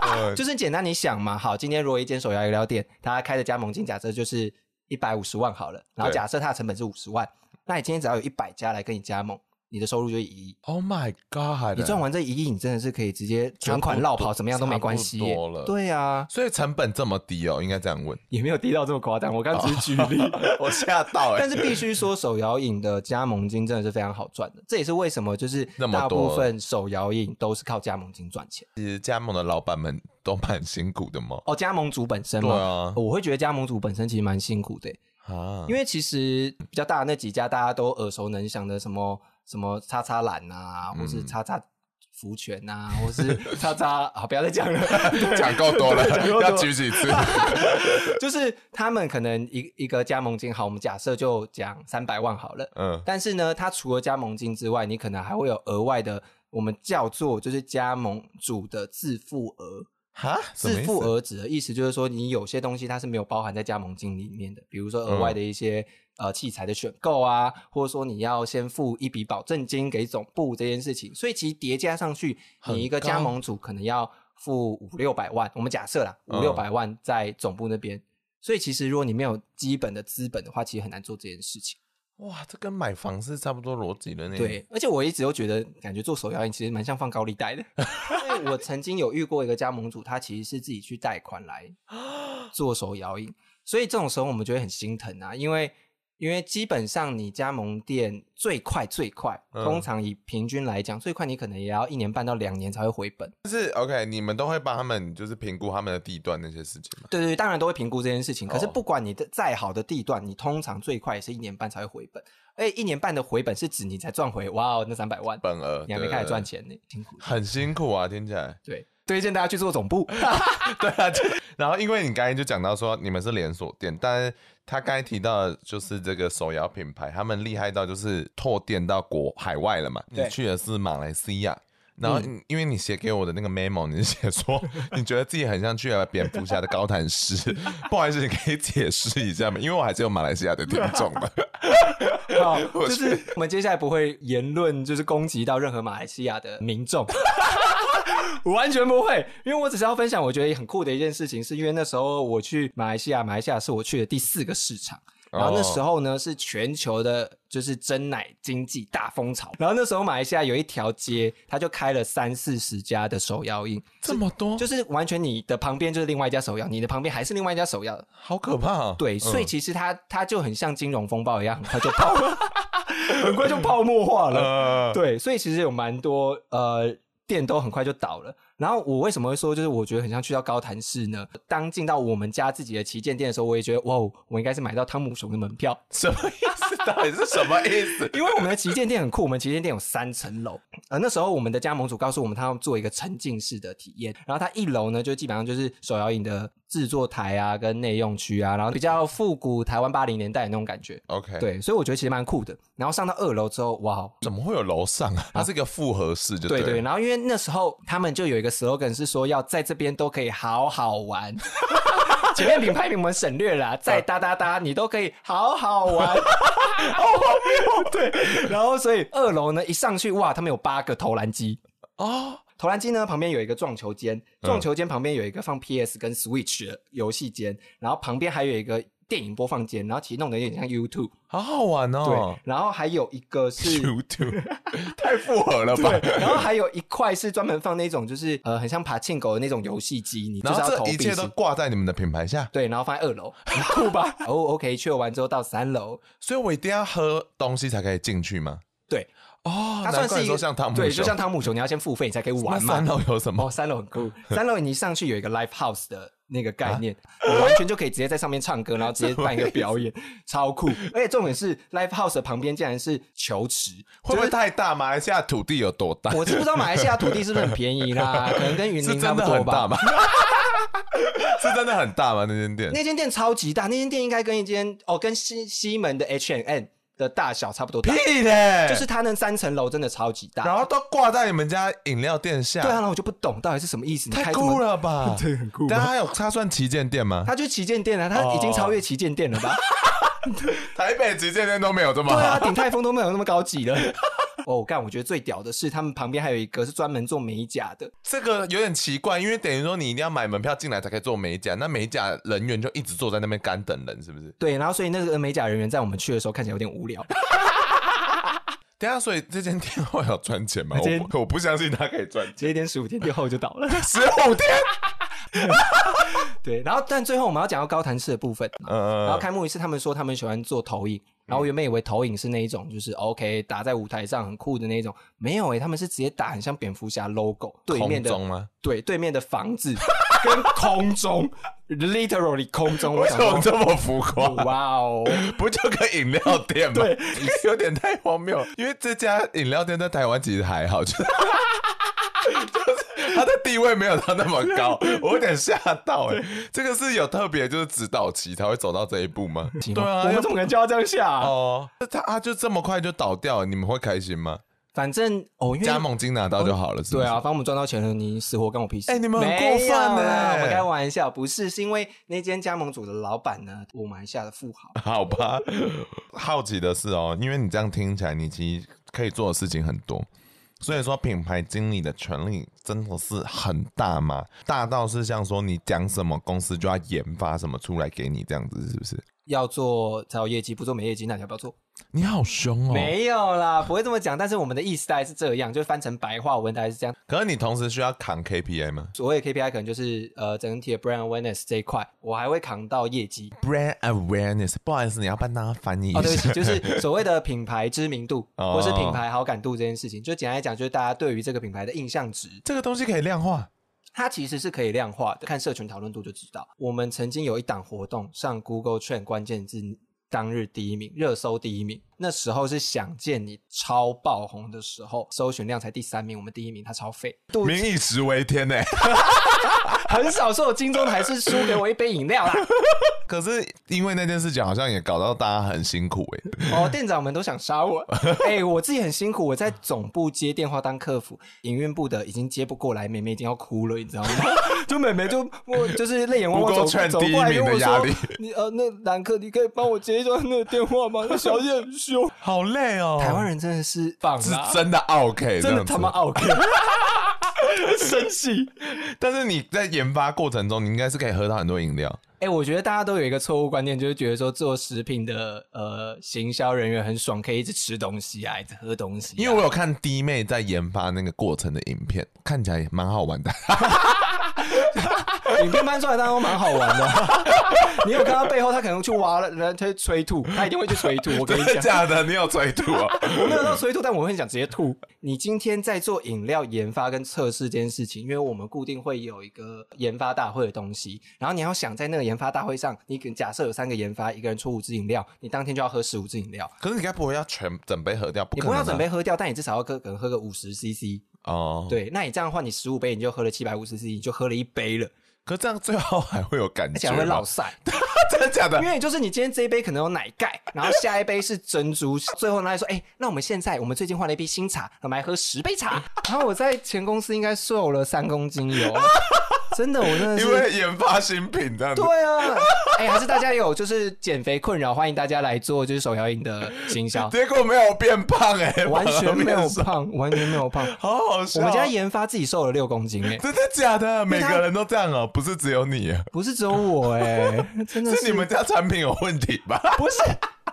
Speaker 1: 呃
Speaker 2: 就是简单你想嘛，好，今天如果一间手摇饮料店，它开的加盟金假设就是一百五十万好了，然后
Speaker 1: 对
Speaker 2: 假设它的成本是五十万，那你今天只要有一百家来跟你加盟，你的收入就一亿。
Speaker 1: Oh my god！
Speaker 2: 你赚完这一亿，你真的是可以直接全款绕跑，怎么样都没关系
Speaker 1: 差
Speaker 2: 耶
Speaker 1: 不多了。
Speaker 2: 对啊，
Speaker 1: 所以成本这么低哦，应该这样问。
Speaker 2: 也没有低到这么夸张，我刚只是举例。
Speaker 1: 哦我吓到哎、
Speaker 2: 但是必须说，手摇饮的加盟金真的是非常好赚的，这也是为什么就是
Speaker 1: 那么
Speaker 2: 大
Speaker 1: 多
Speaker 2: 部分手摇饮都是靠加盟金赚钱。
Speaker 1: 其实加盟的老板们都蛮辛苦的嘛。
Speaker 2: 哦，加盟主本身嘛，
Speaker 1: 对啊
Speaker 2: 我会觉得加盟主本身其实蛮辛苦的，欸
Speaker 1: 啊，
Speaker 2: 因为其实比较大的那几家大家都耳熟能详的什么什么叉叉懒啊，或
Speaker 1: 嗯
Speaker 2: 是叉叉福泉啊，或是叉叉，啊，不要再讲了，
Speaker 1: 讲够多了
Speaker 2: 对讲够多
Speaker 1: 要举几次？
Speaker 2: 就是他们可能一一个加盟金，好，我们假设就讲三百万好了。
Speaker 1: 嗯，
Speaker 2: 但是呢，它除了加盟金之外，你可能还会有额外的，我们叫做就是加盟主的自付额。
Speaker 1: 哈，什么
Speaker 2: 自
Speaker 1: 意思
Speaker 2: 付额指的意思就是说，你有些东西它是没有包含在加盟金里面的，比如说额外的一
Speaker 1: 嗯
Speaker 2: 些、呃器材的选购啊，或者说你要先付一笔保证金给总部这件事情，所以其实叠加上去，
Speaker 1: 很
Speaker 2: 你一个加盟主可能要付五六百万，我们假设啦，
Speaker 1: 嗯
Speaker 2: 五六百万在总部那边。所以其实，如果你没有基本的资本的话，其实很难做这件事情。
Speaker 1: 哇，这跟买房是差不多逻辑的呢。
Speaker 2: 对，而且我一直都觉得，感觉做手摇饮其实蛮像放高利 贷的。因为我曾经有遇过一个加盟主，他其实是自己去贷 款来做手摇饮，所以这种时候我们就会很心疼啊，因为因为基本上你加盟店最快最快，
Speaker 1: 嗯
Speaker 2: 通常以平均来讲，最快你可能也要一年半到两年才会回本。
Speaker 1: 但是 OK，你们都会帮他们就是评估他们的地段那些事情吗？
Speaker 2: 对对，对当然都会评估这件事情。可是
Speaker 1: 哦
Speaker 2: 不管你的再好的地段，你通常最快也是一年半才会回本。而且一年半的回本是指你才赚回哇哦那三百万，
Speaker 1: 本额
Speaker 2: 你还没开始赚，
Speaker 1: 对
Speaker 2: 钱呢，辛苦。
Speaker 1: 对。很辛苦啊，听起来
Speaker 2: 对，推荐大家去做总部。
Speaker 1: 对啊，就然后因为你刚才就讲到说你们是连锁店，但是他刚才提到的就是这个手摇品牌，他们厉害到就是拓店到国海外了嘛。你
Speaker 2: 对嗯
Speaker 1: 去的是马来西亚。然后，因为你写给我的那个 memo，你是写 说你觉得自己很像去了蝙蝠侠的高谭市，不好意思，你可以解释一下吗？因为我还是有马来西亚的听众嘛。
Speaker 2: 好，就是我们接下来不会言论，就是攻击到任何马来西亚的民众。我完全不会，因为我只是要分享我觉得很酷的一件事情，是因为那时候我去马来西亚，马来西亚是我去的第四个市场。
Speaker 1: 哦
Speaker 2: 然后那时候呢是全球的，就是真奶经济大风潮。然后那时候马来西亚有一条街，它就开了三四十家的手摇印，
Speaker 1: 这么多，
Speaker 2: 就是完全你的旁边就是另外一家手摇，你的旁边还是另外一家手摇。
Speaker 1: 好可怕啊！
Speaker 2: 对，
Speaker 1: 嗯
Speaker 2: 所以其实它它就很像金融风暴一样，很快就泡，很快就泡沫化了。
Speaker 1: 呃，
Speaker 2: 对，所以其实有蛮多呃店都很快就倒了。然后我为什么会说，就是我觉得很像去到高谭市呢？当进到我们家自己的旗舰店的时候，我也觉得哇哦，我应该是买到汤姆熊的门票，
Speaker 1: 什么意思？到底是什么意 思？
Speaker 2: 因为我们的旗舰店很酷，我们旗舰店有三层楼。呃，那时候我们的加盟主告诉我们，他要做一个沉浸式的体验。然后它一楼呢，就基本上就是手摇饮的制作台啊，跟内用区啊，然后比较复古台湾八零年代的那种感觉。
Speaker 1: OK，，
Speaker 2: 对，所以我觉得其实蛮酷的。然后上到二楼之后，哇哦，
Speaker 1: 怎么会有楼上啊？它是一个复合式，就
Speaker 2: 对
Speaker 1: 对
Speaker 2: 对，
Speaker 1: 了，
Speaker 2: 然后因为那时候他们就有一个 slogan 是说要在这边都可以好好玩， 前面品牌名我们省略了啊，在哒哒哒你都可以好好玩，好荒谬。对，然后所以二楼呢一上去哇，他们有八个投篮机，
Speaker 1: 哦，
Speaker 2: 投篮机呢旁边有一个撞球间，撞球间旁边有一个放 PS 跟 Switch 的游戏间，然后旁边还有一个电影播放间，然后其实弄得有点像 YouTube，
Speaker 1: 好好玩
Speaker 2: 对，
Speaker 1: 哦。
Speaker 2: 然后还有一个 是
Speaker 1: YouTube 太复合 了吧？
Speaker 2: 对，然后还有一块是专门放那种就是呃很像爬庆狗的那种游戏机，你就
Speaker 1: 然
Speaker 2: 是
Speaker 1: 后
Speaker 2: 要投
Speaker 1: 这一
Speaker 2: 币
Speaker 1: 切都
Speaker 2: 式。
Speaker 1: 挂在你们的品牌下，
Speaker 2: 对，然后放在二楼，很酷吧？ 哦、o k 去完之后到三楼，
Speaker 1: 所以我一定要喝东西才可以进去吗？
Speaker 2: 对，
Speaker 1: 哦，
Speaker 2: 它算
Speaker 1: 难怪你
Speaker 2: 是一
Speaker 1: 说
Speaker 2: 个
Speaker 1: 像汤姆
Speaker 2: 对，
Speaker 1: 熊
Speaker 2: 就 像汤姆熊，你要先付费你才可以
Speaker 1: 那
Speaker 2: 玩嘛
Speaker 1: 三。楼有什么
Speaker 2: 哦，？三楼很 酷，三楼你一上去有一个 live house 的那个概念，
Speaker 1: 啊
Speaker 2: 你完全就可以直接在上面唱歌，然后直接办一个 表演，超酷。而且重点是 live house 的旁边竟然是球池，
Speaker 1: 会不会太大？马来西亚土地有多大？
Speaker 2: 我是不知道马来西亚土地是不是很便 宜啦，可能跟 云
Speaker 1: 是
Speaker 2: 林差
Speaker 1: 真
Speaker 2: 不
Speaker 1: 的
Speaker 2: 多
Speaker 1: 很
Speaker 2: 吧
Speaker 1: 大。吗？ 是真的很大吗？那间店？
Speaker 2: 那间店超级大，那间店应该跟一间哦，跟西西门的 H and N 的大小差不多大，
Speaker 1: 屁嘞！
Speaker 2: 就是它那三层楼真的超级大。
Speaker 1: 然后都挂在你们家饮料店下，
Speaker 2: 对啊，然后我就不懂到底是什么意思，你
Speaker 1: 太
Speaker 2: 开这
Speaker 1: 酷
Speaker 2: 么。
Speaker 1: 了吧？
Speaker 2: 对很酷吧
Speaker 1: 但它有它算旗舰店吗？
Speaker 2: 它就是旗舰店啊，
Speaker 1: 哦
Speaker 2: 它已经超越旗舰店了吧？
Speaker 1: 台北旗舰店都没有这么
Speaker 2: 对啊，
Speaker 1: 好。
Speaker 2: 鼎泰丰都没有那么高级了。 哦，干，我觉得最屌的是他们旁边还有一个是专门做美甲的，
Speaker 1: 这个有点奇怪，因为等于说你一定要买门票进来才可以做美甲，那美甲人员就一直坐在那边干等人，是不是？
Speaker 2: 对，然后所以那个美甲人员在我们去的时候看起来有点无聊，
Speaker 1: 等一下，所以这间店会有赚钱吗？
Speaker 2: 这间
Speaker 1: 我不我不相信它可以赚 钱。
Speaker 2: 直接点十五天之后就倒了。
Speaker 1: 十五天，
Speaker 2: 对，然后但最后我们要讲到高谭市的部分，然后
Speaker 1: 呃，
Speaker 2: 开幕仪式，他们说他们喜欢做投影，然后我原本以为投影是那一种，就是哦 OK 打在舞台上很酷的那一种，没有诶、他们是直接打很像蝙蝠侠 logo 对面
Speaker 1: 空
Speaker 2: 的
Speaker 1: 中吗？
Speaker 2: 对对面的房子 跟空中，literally 空中，我
Speaker 1: 为什
Speaker 2: 想
Speaker 1: 么
Speaker 2: 说
Speaker 1: 这么浮夸？
Speaker 2: 哇哦，
Speaker 1: 不就个饮料店吗？对， 有点太荒谬。因为这家饮料店在台湾其实还好，就是 就是它的地位没有到那么 高，我有点吓到哎、这个是有特别就是指导期才会走到这一步吗？对啊，
Speaker 2: 我们
Speaker 1: 要
Speaker 2: 怎么可能叫他这样下、
Speaker 1: 哦，那他他就这么快就倒掉，你们会开心吗？
Speaker 2: 反正哦，因为
Speaker 1: 加。盟金拿到就好了，是不
Speaker 2: 对
Speaker 1: 是？
Speaker 2: 啊，反正我们赚到钱了，你死活跟我屁事！
Speaker 1: 哎你们很过分
Speaker 2: 没有啦
Speaker 1: 欸
Speaker 2: 我们开玩笑，不是是因为那间加盟组的老板呢，我马来西亚的富豪，
Speaker 1: 好吧，好奇的是哦，因为你这样听起来，你其实可以做的事情很多，所以说品牌经理的权力真的是很大嘛，大到是像说你讲什么，公司就要研发什么出来给你这样子，是不是？
Speaker 2: 要做才有业绩，不做没业绩，那你要不要做？
Speaker 1: 你好凶哦！
Speaker 2: 没有啦，不会这么讲。但是我们的意思大概是这样，就翻成白话文大概是这样。
Speaker 1: 可是你同时需要扛 KPI 吗
Speaker 2: 所谓的 KPI 可能就是呃整体的 brand awareness 这一块，我还会扛到业绩。
Speaker 1: ？Brand awareness，不好意思，你要帮大家翻译一下。
Speaker 2: 哦，对不起，就是所谓的品牌知名度
Speaker 1: 哦
Speaker 2: 或是品牌好感度这件事情，就简单来讲，就是大家对于这个品牌的印象值，
Speaker 1: 这个东西可以量化。
Speaker 2: 它其实是可以量化的，看社群讨论度就知道。我们曾经有一档活动上 Google Trend 关键字当日第一名，热搜第一名，那时候是想见你超爆红的时候，搜寻量才第三名，我们第一名，它超废，度
Speaker 1: 民以食为天欸呢、
Speaker 2: 很少说我金钟台是输给我一杯饮料啦。
Speaker 1: 可是因为那件事情，好像也搞到大家很辛苦哎、
Speaker 2: 哦，店长们都想 杀我。哎、我自己很辛苦，我在总部接电话当客服，营运部的已经接不过来，妹妹已经要哭了，你知道 吗？就妹妹就我就是泪眼汪汪
Speaker 1: Google
Speaker 2: 走
Speaker 1: Trend
Speaker 2: 走过来
Speaker 1: 第一
Speaker 2: 跟
Speaker 1: 名的
Speaker 2: 我
Speaker 1: 压
Speaker 2: 说
Speaker 1: 力：“
Speaker 2: 你呃，那兰克，你可以帮我接一下那个电话吗？那小姐很
Speaker 1: 凶，好累哦。
Speaker 2: 台湾人真的是啊棒
Speaker 1: 是
Speaker 2: 啦，
Speaker 1: 真的 OK，
Speaker 2: 真
Speaker 1: 这
Speaker 2: 的
Speaker 1: 样子
Speaker 2: 他妈 OK，生气。
Speaker 1: 但是你在研发过程中，你应该是可以喝到很多饮料。
Speaker 2: 哎、我觉得大家都有一个错误观念，就是觉得说做食品的呃行销人员很爽，可以一直吃东西啊，一直喝东西啊、
Speaker 1: 因为我有看弟妹在研发那个过程的影片，看起来也蛮好玩 的。
Speaker 2: 影片搬出来当中蛮好玩的。 你有看到背后他可能去挖了，人家去催吐，他一定会去催 吐。我跟你讲，
Speaker 1: 假的？你有催吐 啊？
Speaker 2: 我没有到催吐，但我很想直接吐。你今天在做饮料研发跟测试这件事情，因为我们固定会有一个研发大会的东西，然后你要想在那个研发大会上，你可假设有三个研发，一个人出五支饮料，你当天就要喝十五支饮料。
Speaker 1: 可是你该不会要全整杯喝掉？不
Speaker 2: 你
Speaker 1: 可
Speaker 2: 不
Speaker 1: 能啊
Speaker 2: 要准备喝掉，但你至少要喝，可能喝个五十 CC。
Speaker 1: 哦。，
Speaker 2: 对，那你这样的话，你十五杯你就喝了七百五十 CC，你就喝了一杯了，
Speaker 1: 可这样最后还会有感
Speaker 2: 而
Speaker 1: 觉
Speaker 2: 且
Speaker 1: 吗，
Speaker 2: 还会落塞。
Speaker 1: 真的假的
Speaker 2: 因？为就是你今天这一杯可能有奶盖，然后下一杯是珍珠，最后呢还说，哎、那我们现在我们最近换了一杯新茶，我们来喝十 杯茶。然后我在前公司应该瘦了三公斤有，真的，我真的
Speaker 1: 因
Speaker 2: 是。
Speaker 1: 为研发新品这样子。
Speaker 2: 对啊， 哎、还是大家有就是减肥困扰，欢迎大家来做就是手摇饮的 经销，
Speaker 1: 结果没有变胖哎、
Speaker 2: 啊完全没
Speaker 1: 反而
Speaker 2: 有
Speaker 1: 变 瘦
Speaker 2: 胖，完全没有胖。
Speaker 1: 好好笑。
Speaker 2: 我们家研发自己瘦了六公斤、哎，
Speaker 1: 真的假的？每
Speaker 2: 为他
Speaker 1: 个人都这样哦、不是只有你、啊，
Speaker 2: 不是只有我、哎，真的
Speaker 1: 是
Speaker 2: 是
Speaker 1: 你们家产品有问题吧？
Speaker 2: 不是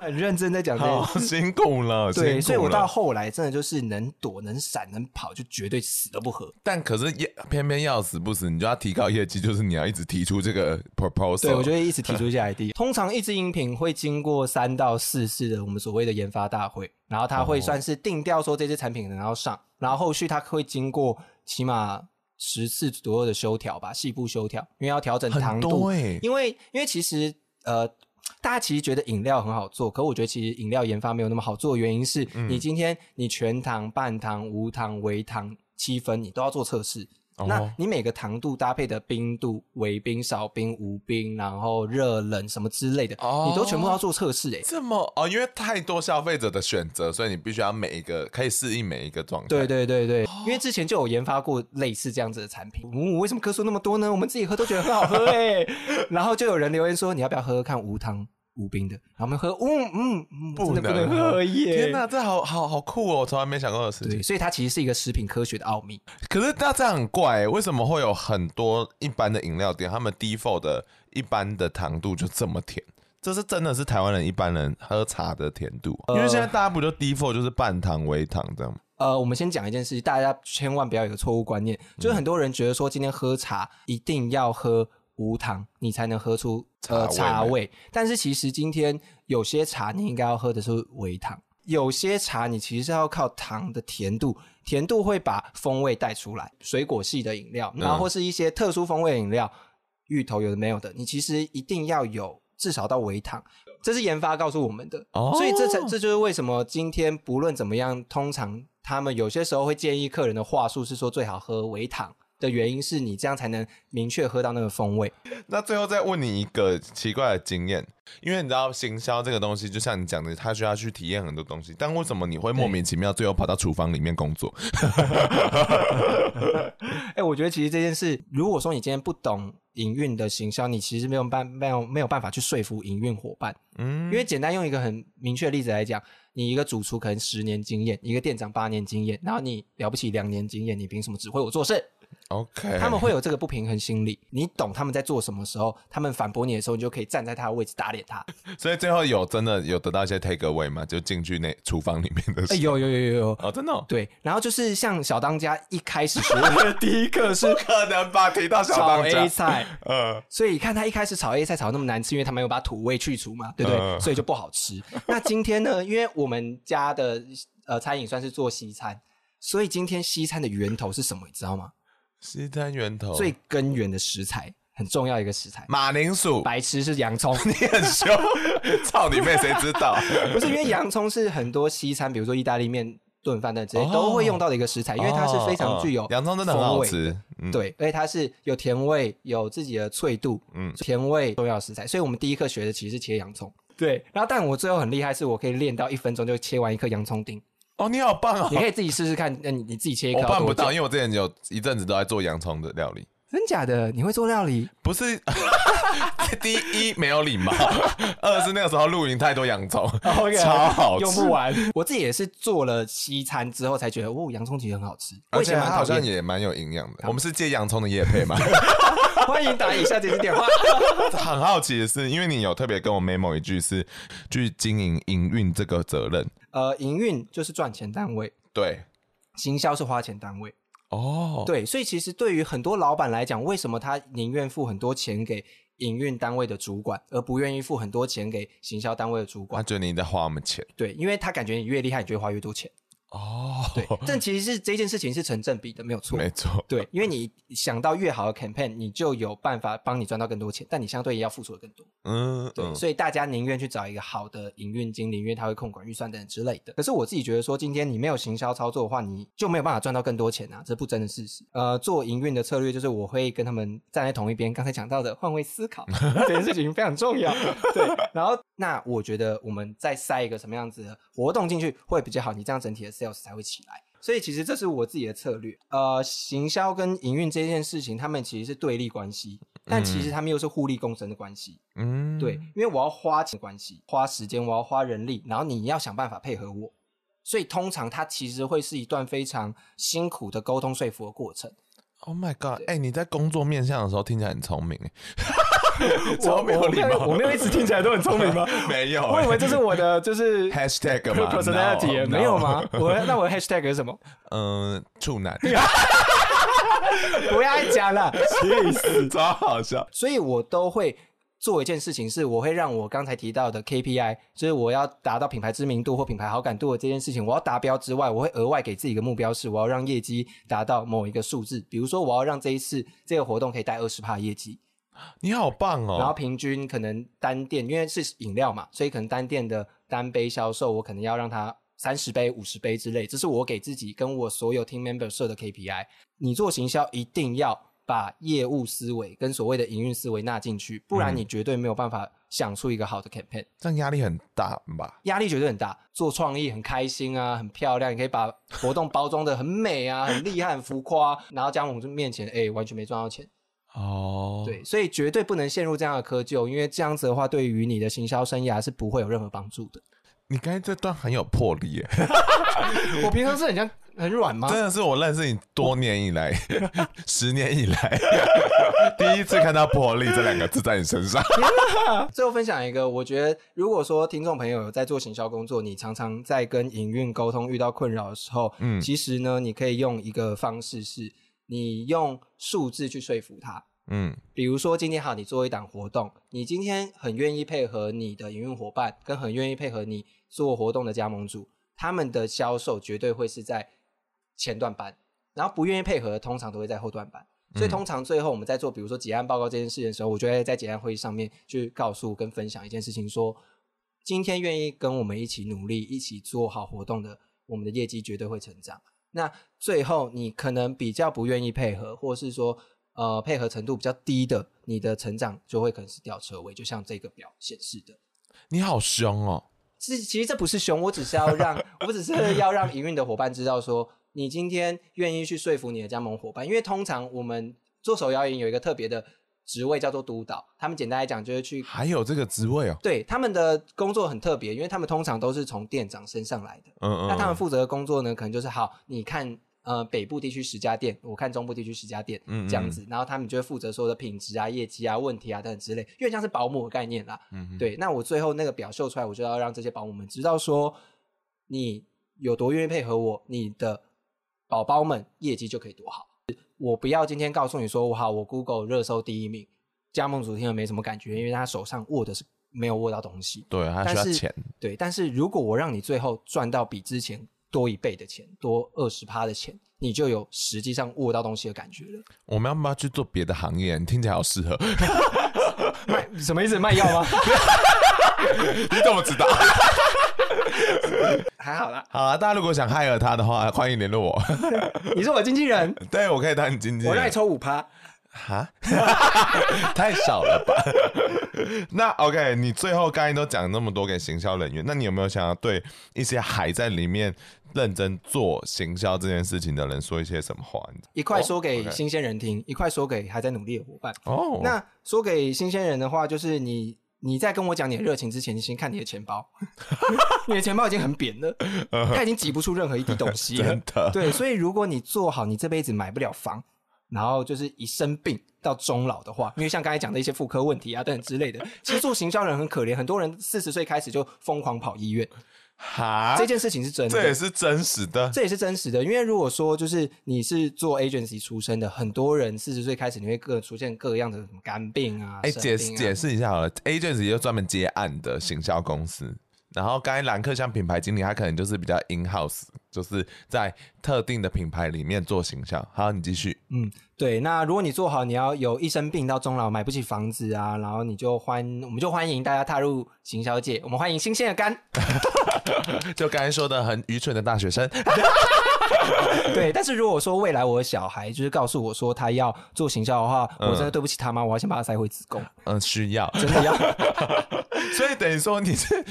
Speaker 2: 很认真在讲这件
Speaker 1: 好
Speaker 2: 事。
Speaker 1: 辛苦了，辛苦
Speaker 2: 对，
Speaker 1: 了
Speaker 2: 所以我到后来真的就是能躲能闪能跑，就绝对死都不 合。
Speaker 1: 但可是也偏偏要死不死，你就要提高业绩，就是你要一直提出这个 proposal。
Speaker 2: 对，我就会一直提出一 些 idea。通常一支饮品会经过三到四次的我们所谓的研发大会，然后它
Speaker 1: 哦
Speaker 2: 会算是定调说这支产品可能要上，然后后续它会经过起码十次左右的修调吧，细部修调，因为要调整
Speaker 1: 很
Speaker 2: 糖
Speaker 1: 多
Speaker 2: 度，
Speaker 1: 哎、
Speaker 2: 因为因为其实呃，大家其实觉得饮料很好做，可我觉得其实饮料研发没有那么好做的原因是，
Speaker 1: 嗯
Speaker 2: 你今天你全糖、半糖、无糖、微糖、七分，你都要做测试。
Speaker 1: 哦
Speaker 2: 那你每个糖度搭配的冰度、微冰、少冰、无冰，然后热冷什么之类的，
Speaker 1: 哦
Speaker 2: 你都全部要做测试欸诶。
Speaker 1: 这么哦，因为太多消费者的选择，所以你必须要每一个可以适应每一个状态。
Speaker 2: 对对对对，因为之前就有研发过类似这样子的产品。嗯，为什么克数那么多呢？我们自己喝都觉得很好喝哎、 然后就有人留言说，你要不要喝喝看无糖无冰的？然后我们喝，嗯嗯嗯，
Speaker 1: 不
Speaker 2: 真的不
Speaker 1: 能
Speaker 2: 能
Speaker 1: 喝
Speaker 2: 喝耶！
Speaker 1: 天哪，这好好好酷哦！我从来没想过的事情
Speaker 2: 对，。所以它其实是一个食品科学的奥秘。
Speaker 1: 可是那这样很怪、为什么会有很多一般的饮料店，他们 default 的一般的糖度就这么甜？这是真的是台湾人一般人喝茶的甜度，
Speaker 2: 呃
Speaker 1: 因为现在大家不就 default 就是半糖、微糖这样吗？
Speaker 2: 呃，我们先讲一件事，大家千万不要有个错误观念，就是很多人觉得说今天喝茶一定要喝无糖，你才能喝出呃
Speaker 1: 茶味
Speaker 2: 茶味，但是其实今天有些茶你应该要喝的是微糖，有些茶你其实是要靠糖的甜度，甜度会把风味带出来，水果系的饮料，然后或是一些特殊风味的饮料，芋头有的没有的，你其实一定要有至少到微糖。这是研发告诉我们的，
Speaker 1: 哦
Speaker 2: 所以这才这就是为什么今天不论怎么样，通常他们有些时候会建议客人的话术是说最好喝微糖的原因是你这样才能明确喝到那个风味。
Speaker 1: 那最后再问你一个奇怪的经验，因为你知道行销这个东西，就像你讲的，他需要去体验很多东西，但为什么你会莫名其妙最后跑到厨房里面工作？
Speaker 2: 哎、我觉得其实这件事，如果说你今天不懂营运的行销，你其实没有办没有没有办法去说服营运伙伴，
Speaker 1: 嗯
Speaker 2: 因，为简单用一个很明确的例子来讲，你一个主厨可能十年经验，一个店长八年经验，然后你了不起两年经验，你凭什么指挥我做事？
Speaker 1: OK，
Speaker 2: 他们会有这个不平衡心理，你懂他们在做什么时候，他们反驳你的时候，你就可以站在他的位置打脸他。
Speaker 1: 所以最后有真的有得到一些 take away 吗？就进去那厨房里面的时
Speaker 2: 哎、
Speaker 1: 候，
Speaker 2: 有有有有有，
Speaker 1: 哦，真的、哦。
Speaker 2: 对，然后就是像小当家一开始学 的第一课是
Speaker 1: 不可能吧？提到小
Speaker 2: 炒
Speaker 1: 当
Speaker 2: A
Speaker 1: 家，
Speaker 2: 菜，
Speaker 1: 呃，
Speaker 2: 所以你看他一开始炒 A 菜炒那么难吃，因为他没有把土味去除嘛，对不对？
Speaker 1: 嗯
Speaker 2: 所以就不好吃。那今天呢，因为我们家的呃餐饮算是做西餐，所以今天西餐的源头是什么，你知道吗？
Speaker 1: 西餐源头，
Speaker 2: 最根源的食材很重要一个食材，
Speaker 1: 马铃薯，
Speaker 2: 白痴是洋葱。
Speaker 1: 你很凶，操你妹，谁知道？
Speaker 2: 不是因为洋葱是很多西餐，比如说意大利面、炖饭等这些都会用到的一个食 材，因为它是非常具有
Speaker 1: 哦哦洋葱，真的很好
Speaker 2: 风味。
Speaker 1: 吃，嗯，
Speaker 2: 对，而且它是有甜味，有自己的脆度，
Speaker 1: 嗯
Speaker 2: 嗯，甜味重要食材，所以我们第一课学的其实是切洋葱。对，然后但我最后很厉害，是我可以练到一分钟就切完一颗洋葱 丁，
Speaker 1: 哦，你好棒
Speaker 2: 你
Speaker 1: 哦，
Speaker 2: 可以自己试试看，那你你自己切一颗
Speaker 1: 我
Speaker 2: 要
Speaker 1: 办
Speaker 2: 多
Speaker 1: 不
Speaker 2: 久
Speaker 1: 到，因为我之前有一阵子都在做洋葱的料理，
Speaker 2: 真假的？你会做料 理？
Speaker 1: 不是，第一没有礼貌， 二是那个时候露营太多洋葱
Speaker 2: OK，
Speaker 1: 超好吃
Speaker 2: 用，不完。 我自己也是做了西餐之后才觉得，哦，洋葱其实很好吃。我
Speaker 1: 而
Speaker 2: 以
Speaker 1: 且
Speaker 2: 前
Speaker 1: 蛮
Speaker 2: 很
Speaker 1: 好
Speaker 2: 讨
Speaker 1: 像
Speaker 2: 厌，
Speaker 1: 也蛮有营养的。我们是借洋葱的叶配嘛？
Speaker 2: 欢迎打以下这支电话。
Speaker 1: 很好奇的是，因为你有特别跟我 memo 一句是去经营营运这个责任，
Speaker 2: 呃，营运就是赚钱单位，
Speaker 1: 对，
Speaker 2: 行销是花钱单位。
Speaker 1: 哦，
Speaker 2: 对，所以其实对于很多老板来讲，为什么他宁愿付很多钱给营运单位的主管，而不愿意付很多钱给行销单位的主
Speaker 1: 他
Speaker 2: 管？
Speaker 1: 觉得你在花我们钱，
Speaker 2: 对，因为他感觉你越厉害，你就会花越多钱。
Speaker 1: 哦，
Speaker 2: 对， 但其实是这件事情是成正比的，没有错。
Speaker 1: 没错，
Speaker 2: 对，因为你想到越好的 campaign，你就有办法帮你赚到更多钱，但你相对也要付出的更多。
Speaker 1: 嗯
Speaker 2: 对，
Speaker 1: 嗯，
Speaker 2: 所以大家宁愿去找一个好的营运经理，因为他会控管预算等等之类的。可是我自己觉得说，今天你没有行销操作的话，你就没有办法赚到更多钱啊，这是不争的事实。呃，做营运的策略就是我会跟他们站在同一边，刚才讲到的换位思考这件事情非常重要。对，然后那我觉得我们再塞一个什么样子的活动进去会比较好，你这样整体的 sales 才会起来。所以其实这是我自己的策略。呃，行销跟营运这件事情，他们其实是对立关系，但其实他们又是互利共生的关系。
Speaker 1: 嗯，
Speaker 2: 对，因为我要花钱的关系，花时间，我要花人力，然后你要想办法配合我，所以通常它其实会是一段非常辛苦的沟通说服的过 程。
Speaker 1: ，Oh my god，哎、你在工作面向的时候听起来很聪明，欸
Speaker 2: 我
Speaker 1: 超没有礼貌
Speaker 2: 我没有一直听起来都很聪明吗？
Speaker 1: 没有欸
Speaker 2: 我以为这是我的就是
Speaker 1: hashtag 嘛
Speaker 2: personality，
Speaker 1: no，
Speaker 2: 耶
Speaker 1: no
Speaker 2: 没有吗？我那我的 hashtag 是什么？
Speaker 1: 嗯，处 男，
Speaker 2: 不要再讲了。
Speaker 1: 气死， 超好笑，
Speaker 2: 所以我都会做一件事情，是我会让我刚才提到的 KPI，就是我要达到品牌知名度或品牌好感度的这件事情，我要达标之外，我会额外给自己一个目标是，我要让业绩达到某一个数字，比如说我要让这一次这个活动可以带二十帕业绩，
Speaker 1: 你好棒
Speaker 2: 然后
Speaker 1: 哦，
Speaker 2: 平均可能单店因为是饮料嘛，所以可能单店的单杯销售我可能要让它三十杯、五十杯之类，这是我给自己跟我所有 team member 设的 KPI。你做行销一定要把业务思维跟所谓的营运思维纳进去，不然
Speaker 1: 嗯
Speaker 2: 你绝对没有办法想出一个好的 campaign。
Speaker 1: 这样压力很大吧？
Speaker 2: 压力绝对很大。做创意很开心啊，很漂亮，你可以把活动包装的很美啊，很厉害、很浮夸、然后加上我们面前，哎、完全没赚到钱。
Speaker 1: 哦，
Speaker 2: 对，所以绝对不能陷入这样的窠臼，因为这样子的话，对于你的行销生涯是不会有任何帮助的。
Speaker 1: 你刚才这段很有魄力耶，
Speaker 2: 我平常是很像很软吗
Speaker 1: 真的是我认识你多年以 来，十年以来 第一次看到“魄力”这两个字在你身上。
Speaker 2: 最后分享一个，我觉得如果说听众朋友有在做行销工作，你常常在跟营运沟通遇到困扰的时候，
Speaker 1: 嗯
Speaker 2: 嗯，其实呢，你可以用一个方式是，你用数字去说服他。
Speaker 1: 嗯
Speaker 2: 比如说，今天好，你做一档活动，你今天很愿意配合你的营运伙伴，跟很愿意配合你做活动的加盟主，他们的销售绝对会是在前段班，然后不愿意配合的通常都会在后段班。所以通常最后我们在做，比如说结案报告这件事情的时候，我就会在结案会议上面去告诉跟分享一件事情说今天愿意跟我们一起努力、一起做好活动的，我们的业绩绝对会成长。那最后你可能比较不愿意配合，或是说呃配合程度比较低的，你的成长就会可能是吊车尾，就像这个表显示的。
Speaker 1: 你好凶哦！
Speaker 2: 是，其实这不是凶，我只是要 让，我只是要让营运的伙伴知道说，你今天愿意去说服你的加盟伙伴，因为通常我们做手摇饮有一个特别的职位叫做督导，他们简单来讲就是去
Speaker 1: 还有这个职位哦，
Speaker 2: 对他们的工作很特别，因为他们通常都是从店长身上来的。
Speaker 1: 嗯嗯，
Speaker 2: 那他们负责的工作呢，可能就是好，你看呃北部地区十家店，我看中部地区十家店，
Speaker 1: 嗯嗯
Speaker 2: 这样子，然后他们就会负责所有的品质啊、业绩啊、问题啊等等之类，因为像是保姆的概念啦。
Speaker 1: 嗯，
Speaker 2: 对，那我最后那个表秀出来，我就要让这些保姆们知道说，你有多愿意配合我，你的宝宝们业绩就可以多好。我不要今天告诉你说，我好，我 Google 热搜第一名，加盟主听了没什么感觉，因为他手上握的是没有握到东西。
Speaker 1: 对，还需
Speaker 2: 但
Speaker 1: 要
Speaker 2: 是
Speaker 1: 钱，
Speaker 2: 对，但是如果我让你最后赚到比之前多一倍的钱，多二十趴的钱，你就有实际上握到东西的感觉了。
Speaker 1: 我们要不要去做别的行业？你听起来好适 合，
Speaker 2: 卖什么意思？卖药吗？
Speaker 1: 你怎么知道？
Speaker 2: 还好啦，
Speaker 1: 好啊，大家如果想害了他的话，欢迎联络 我。
Speaker 2: 你是我经纪人，
Speaker 1: 对，我可以当你经纪人。
Speaker 2: 我让你抽五趴。
Speaker 1: 哈， 太少了吧？ 那 OK，你最后刚才都讲那么多给行销人员，那你有没有想要对一些还在里面认真做行销这件事情的人说一些什么话？你知
Speaker 2: 一块
Speaker 1: 哦
Speaker 2: 说给
Speaker 1: OK
Speaker 2: 新鲜人听，一块说给还在努力的伙伴。
Speaker 1: 哦，
Speaker 2: 那说给新鲜人的话，就是你你在跟我讲你的热情之前，你先看你的钱包， 你的钱包已经很扁 了，它已经挤不出任何一滴东西
Speaker 1: 嗯
Speaker 2: 了
Speaker 1: 真。的
Speaker 2: 对，所以如果你做好你这辈子买不了房，然后就是一生病到终老的话，因为像刚才讲的一些妇科问题啊等等之类的，其实做行销人很可怜，很多人四十岁开始就疯狂跑医院，
Speaker 1: 哈，
Speaker 2: 这件事情是真的，
Speaker 1: 这也是真实的，
Speaker 2: 这也是真实的，因为如果说就是你是做 agency 出身的，很多人四十岁开始你会各出现各样的什么肝病啊，
Speaker 1: 哎、
Speaker 2: 生
Speaker 1: 解释
Speaker 2: 病啊
Speaker 1: 解释一下好了，agency 就专门接案的行销公司。然后刚才兰克像品牌经理，他可能就是比较 in house，就是在特定的品牌里面做行销。好，你继续。
Speaker 2: 嗯，对。那如果你做好，你要有一生病到终老买不起房子啊，然后你就欢，我们就欢迎大家踏入行销界，我们欢迎新鲜的肝。
Speaker 1: 就刚才说的很愚蠢的大学生，
Speaker 2: 对，但是如果说未来我的小孩就是告诉我说他要做行销的话，我真的对不起他妈，我要先把他塞回子宫，
Speaker 1: 嗯，需 要。
Speaker 2: 真的要。
Speaker 1: 所以等于说你是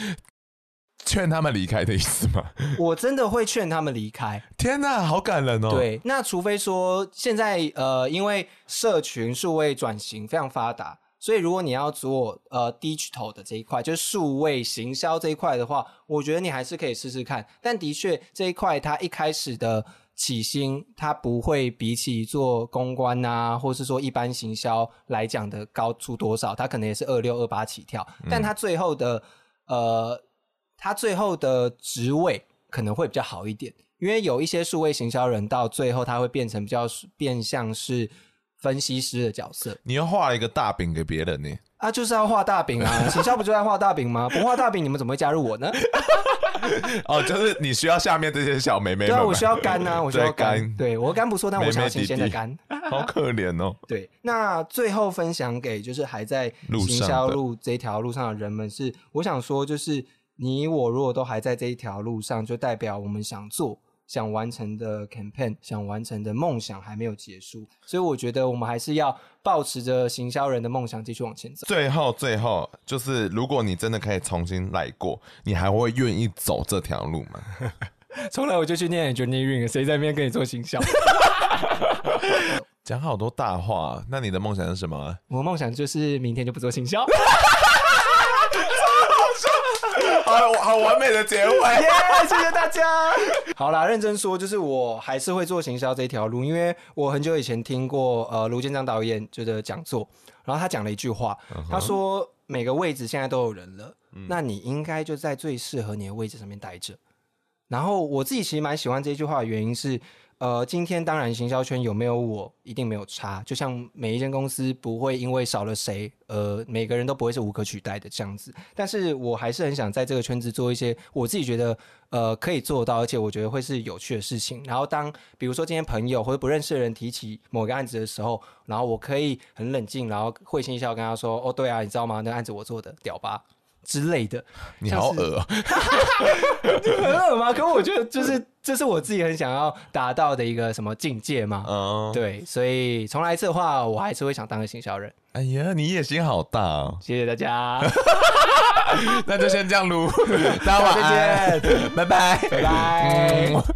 Speaker 1: 劝他们离开的意思吗？
Speaker 2: 我真的会劝他们离开。
Speaker 1: 天哪，好感人哦。，
Speaker 2: 对，那除非说现在呃，因为社群数位转型非常发达，所以如果你要做呃 digital 的这一块，就是数位行销这一块的话，我觉得你还是可以试试看。但的确这一块它一开始的起薪，它不会比起做公关啊，或是说一般行销来讲的高出多少，它可能也是二六二八起跳，但它最后的呃，它最后的职位可能会比较好一点。因为有一些数位行销人到最后他会变成比较是变相是分析师的角色
Speaker 1: 你又画了一个大饼给别人呢。
Speaker 2: 啊，就是要画大饼啊，行销不就在画大饼吗？不画大饼，你们怎么会加入我呢？
Speaker 1: 哦，就是你需要下面这些小妹妹
Speaker 2: 对
Speaker 1: 们吗。
Speaker 2: 啊，我需要肝啊，我需要
Speaker 1: 对
Speaker 2: 肝，
Speaker 1: 肝，
Speaker 2: 对我的肝不错，但我想要新鲜的肝。
Speaker 1: 好可怜哦。
Speaker 2: 对，那最后分享给就是还在
Speaker 1: 路上的
Speaker 2: 行销路这条路上的人们是，我想说就是你我如果都还在这一条路上，就代表我们想做、想完成的 campaign、想完成的梦想还没有结束，所以我觉得我们还是要保持着行销人的梦想继续往前走。
Speaker 1: 最后，最后就是，如果你真的可以重新来过，你还会愿意走这条路吗？
Speaker 2: 从来我就去念 engineering，谁在那边跟你做行销？
Speaker 1: 讲好多大话，那你的梦想是什么啊？
Speaker 2: 我的梦想就是明天就不做行销。
Speaker 1: 好好完美的结尾。
Speaker 2: 耶谢谢大家。 好啦，认真说，就是我还是会做行销这条路，因为我很久以前听过呃卢建章导演就的讲座，然后他讲了一句话，他说每个位置现在都有人了，那你应该就在最适合你的位置上面待着。然后我自己其实蛮喜欢这句话的原因是，呃，今天当然行销圈有没有我一定没有差，就像每一间公司不会因为少了谁，呃，每个人都不会是无可取代的这样子。但是我还是很想在这个圈子做一些我自己觉得呃可以做到，而且我觉得会是有趣的事情。然后当比如说今天朋友或者不认识的人提起某个案子的时候，然后我可以很冷静，然后会心一笑跟他说：“哦，对啊，你知道吗？那个案子我做的，屌吧。”之类的，
Speaker 1: 你好
Speaker 2: 像是
Speaker 1: 恶哦、
Speaker 2: 很恶吗？可我觉得就是这是我自己很想要达到的一个什么境界嘛。
Speaker 1: 嗯，
Speaker 2: 对，所以重来一次的话，我还是会想当个行销人。。
Speaker 1: 哎呀，你野心好大哦
Speaker 2: 谢谢大家，
Speaker 1: 那就先这样录，大家晚安，
Speaker 2: 再见，
Speaker 1: 拜拜，嗯
Speaker 2: 拜拜。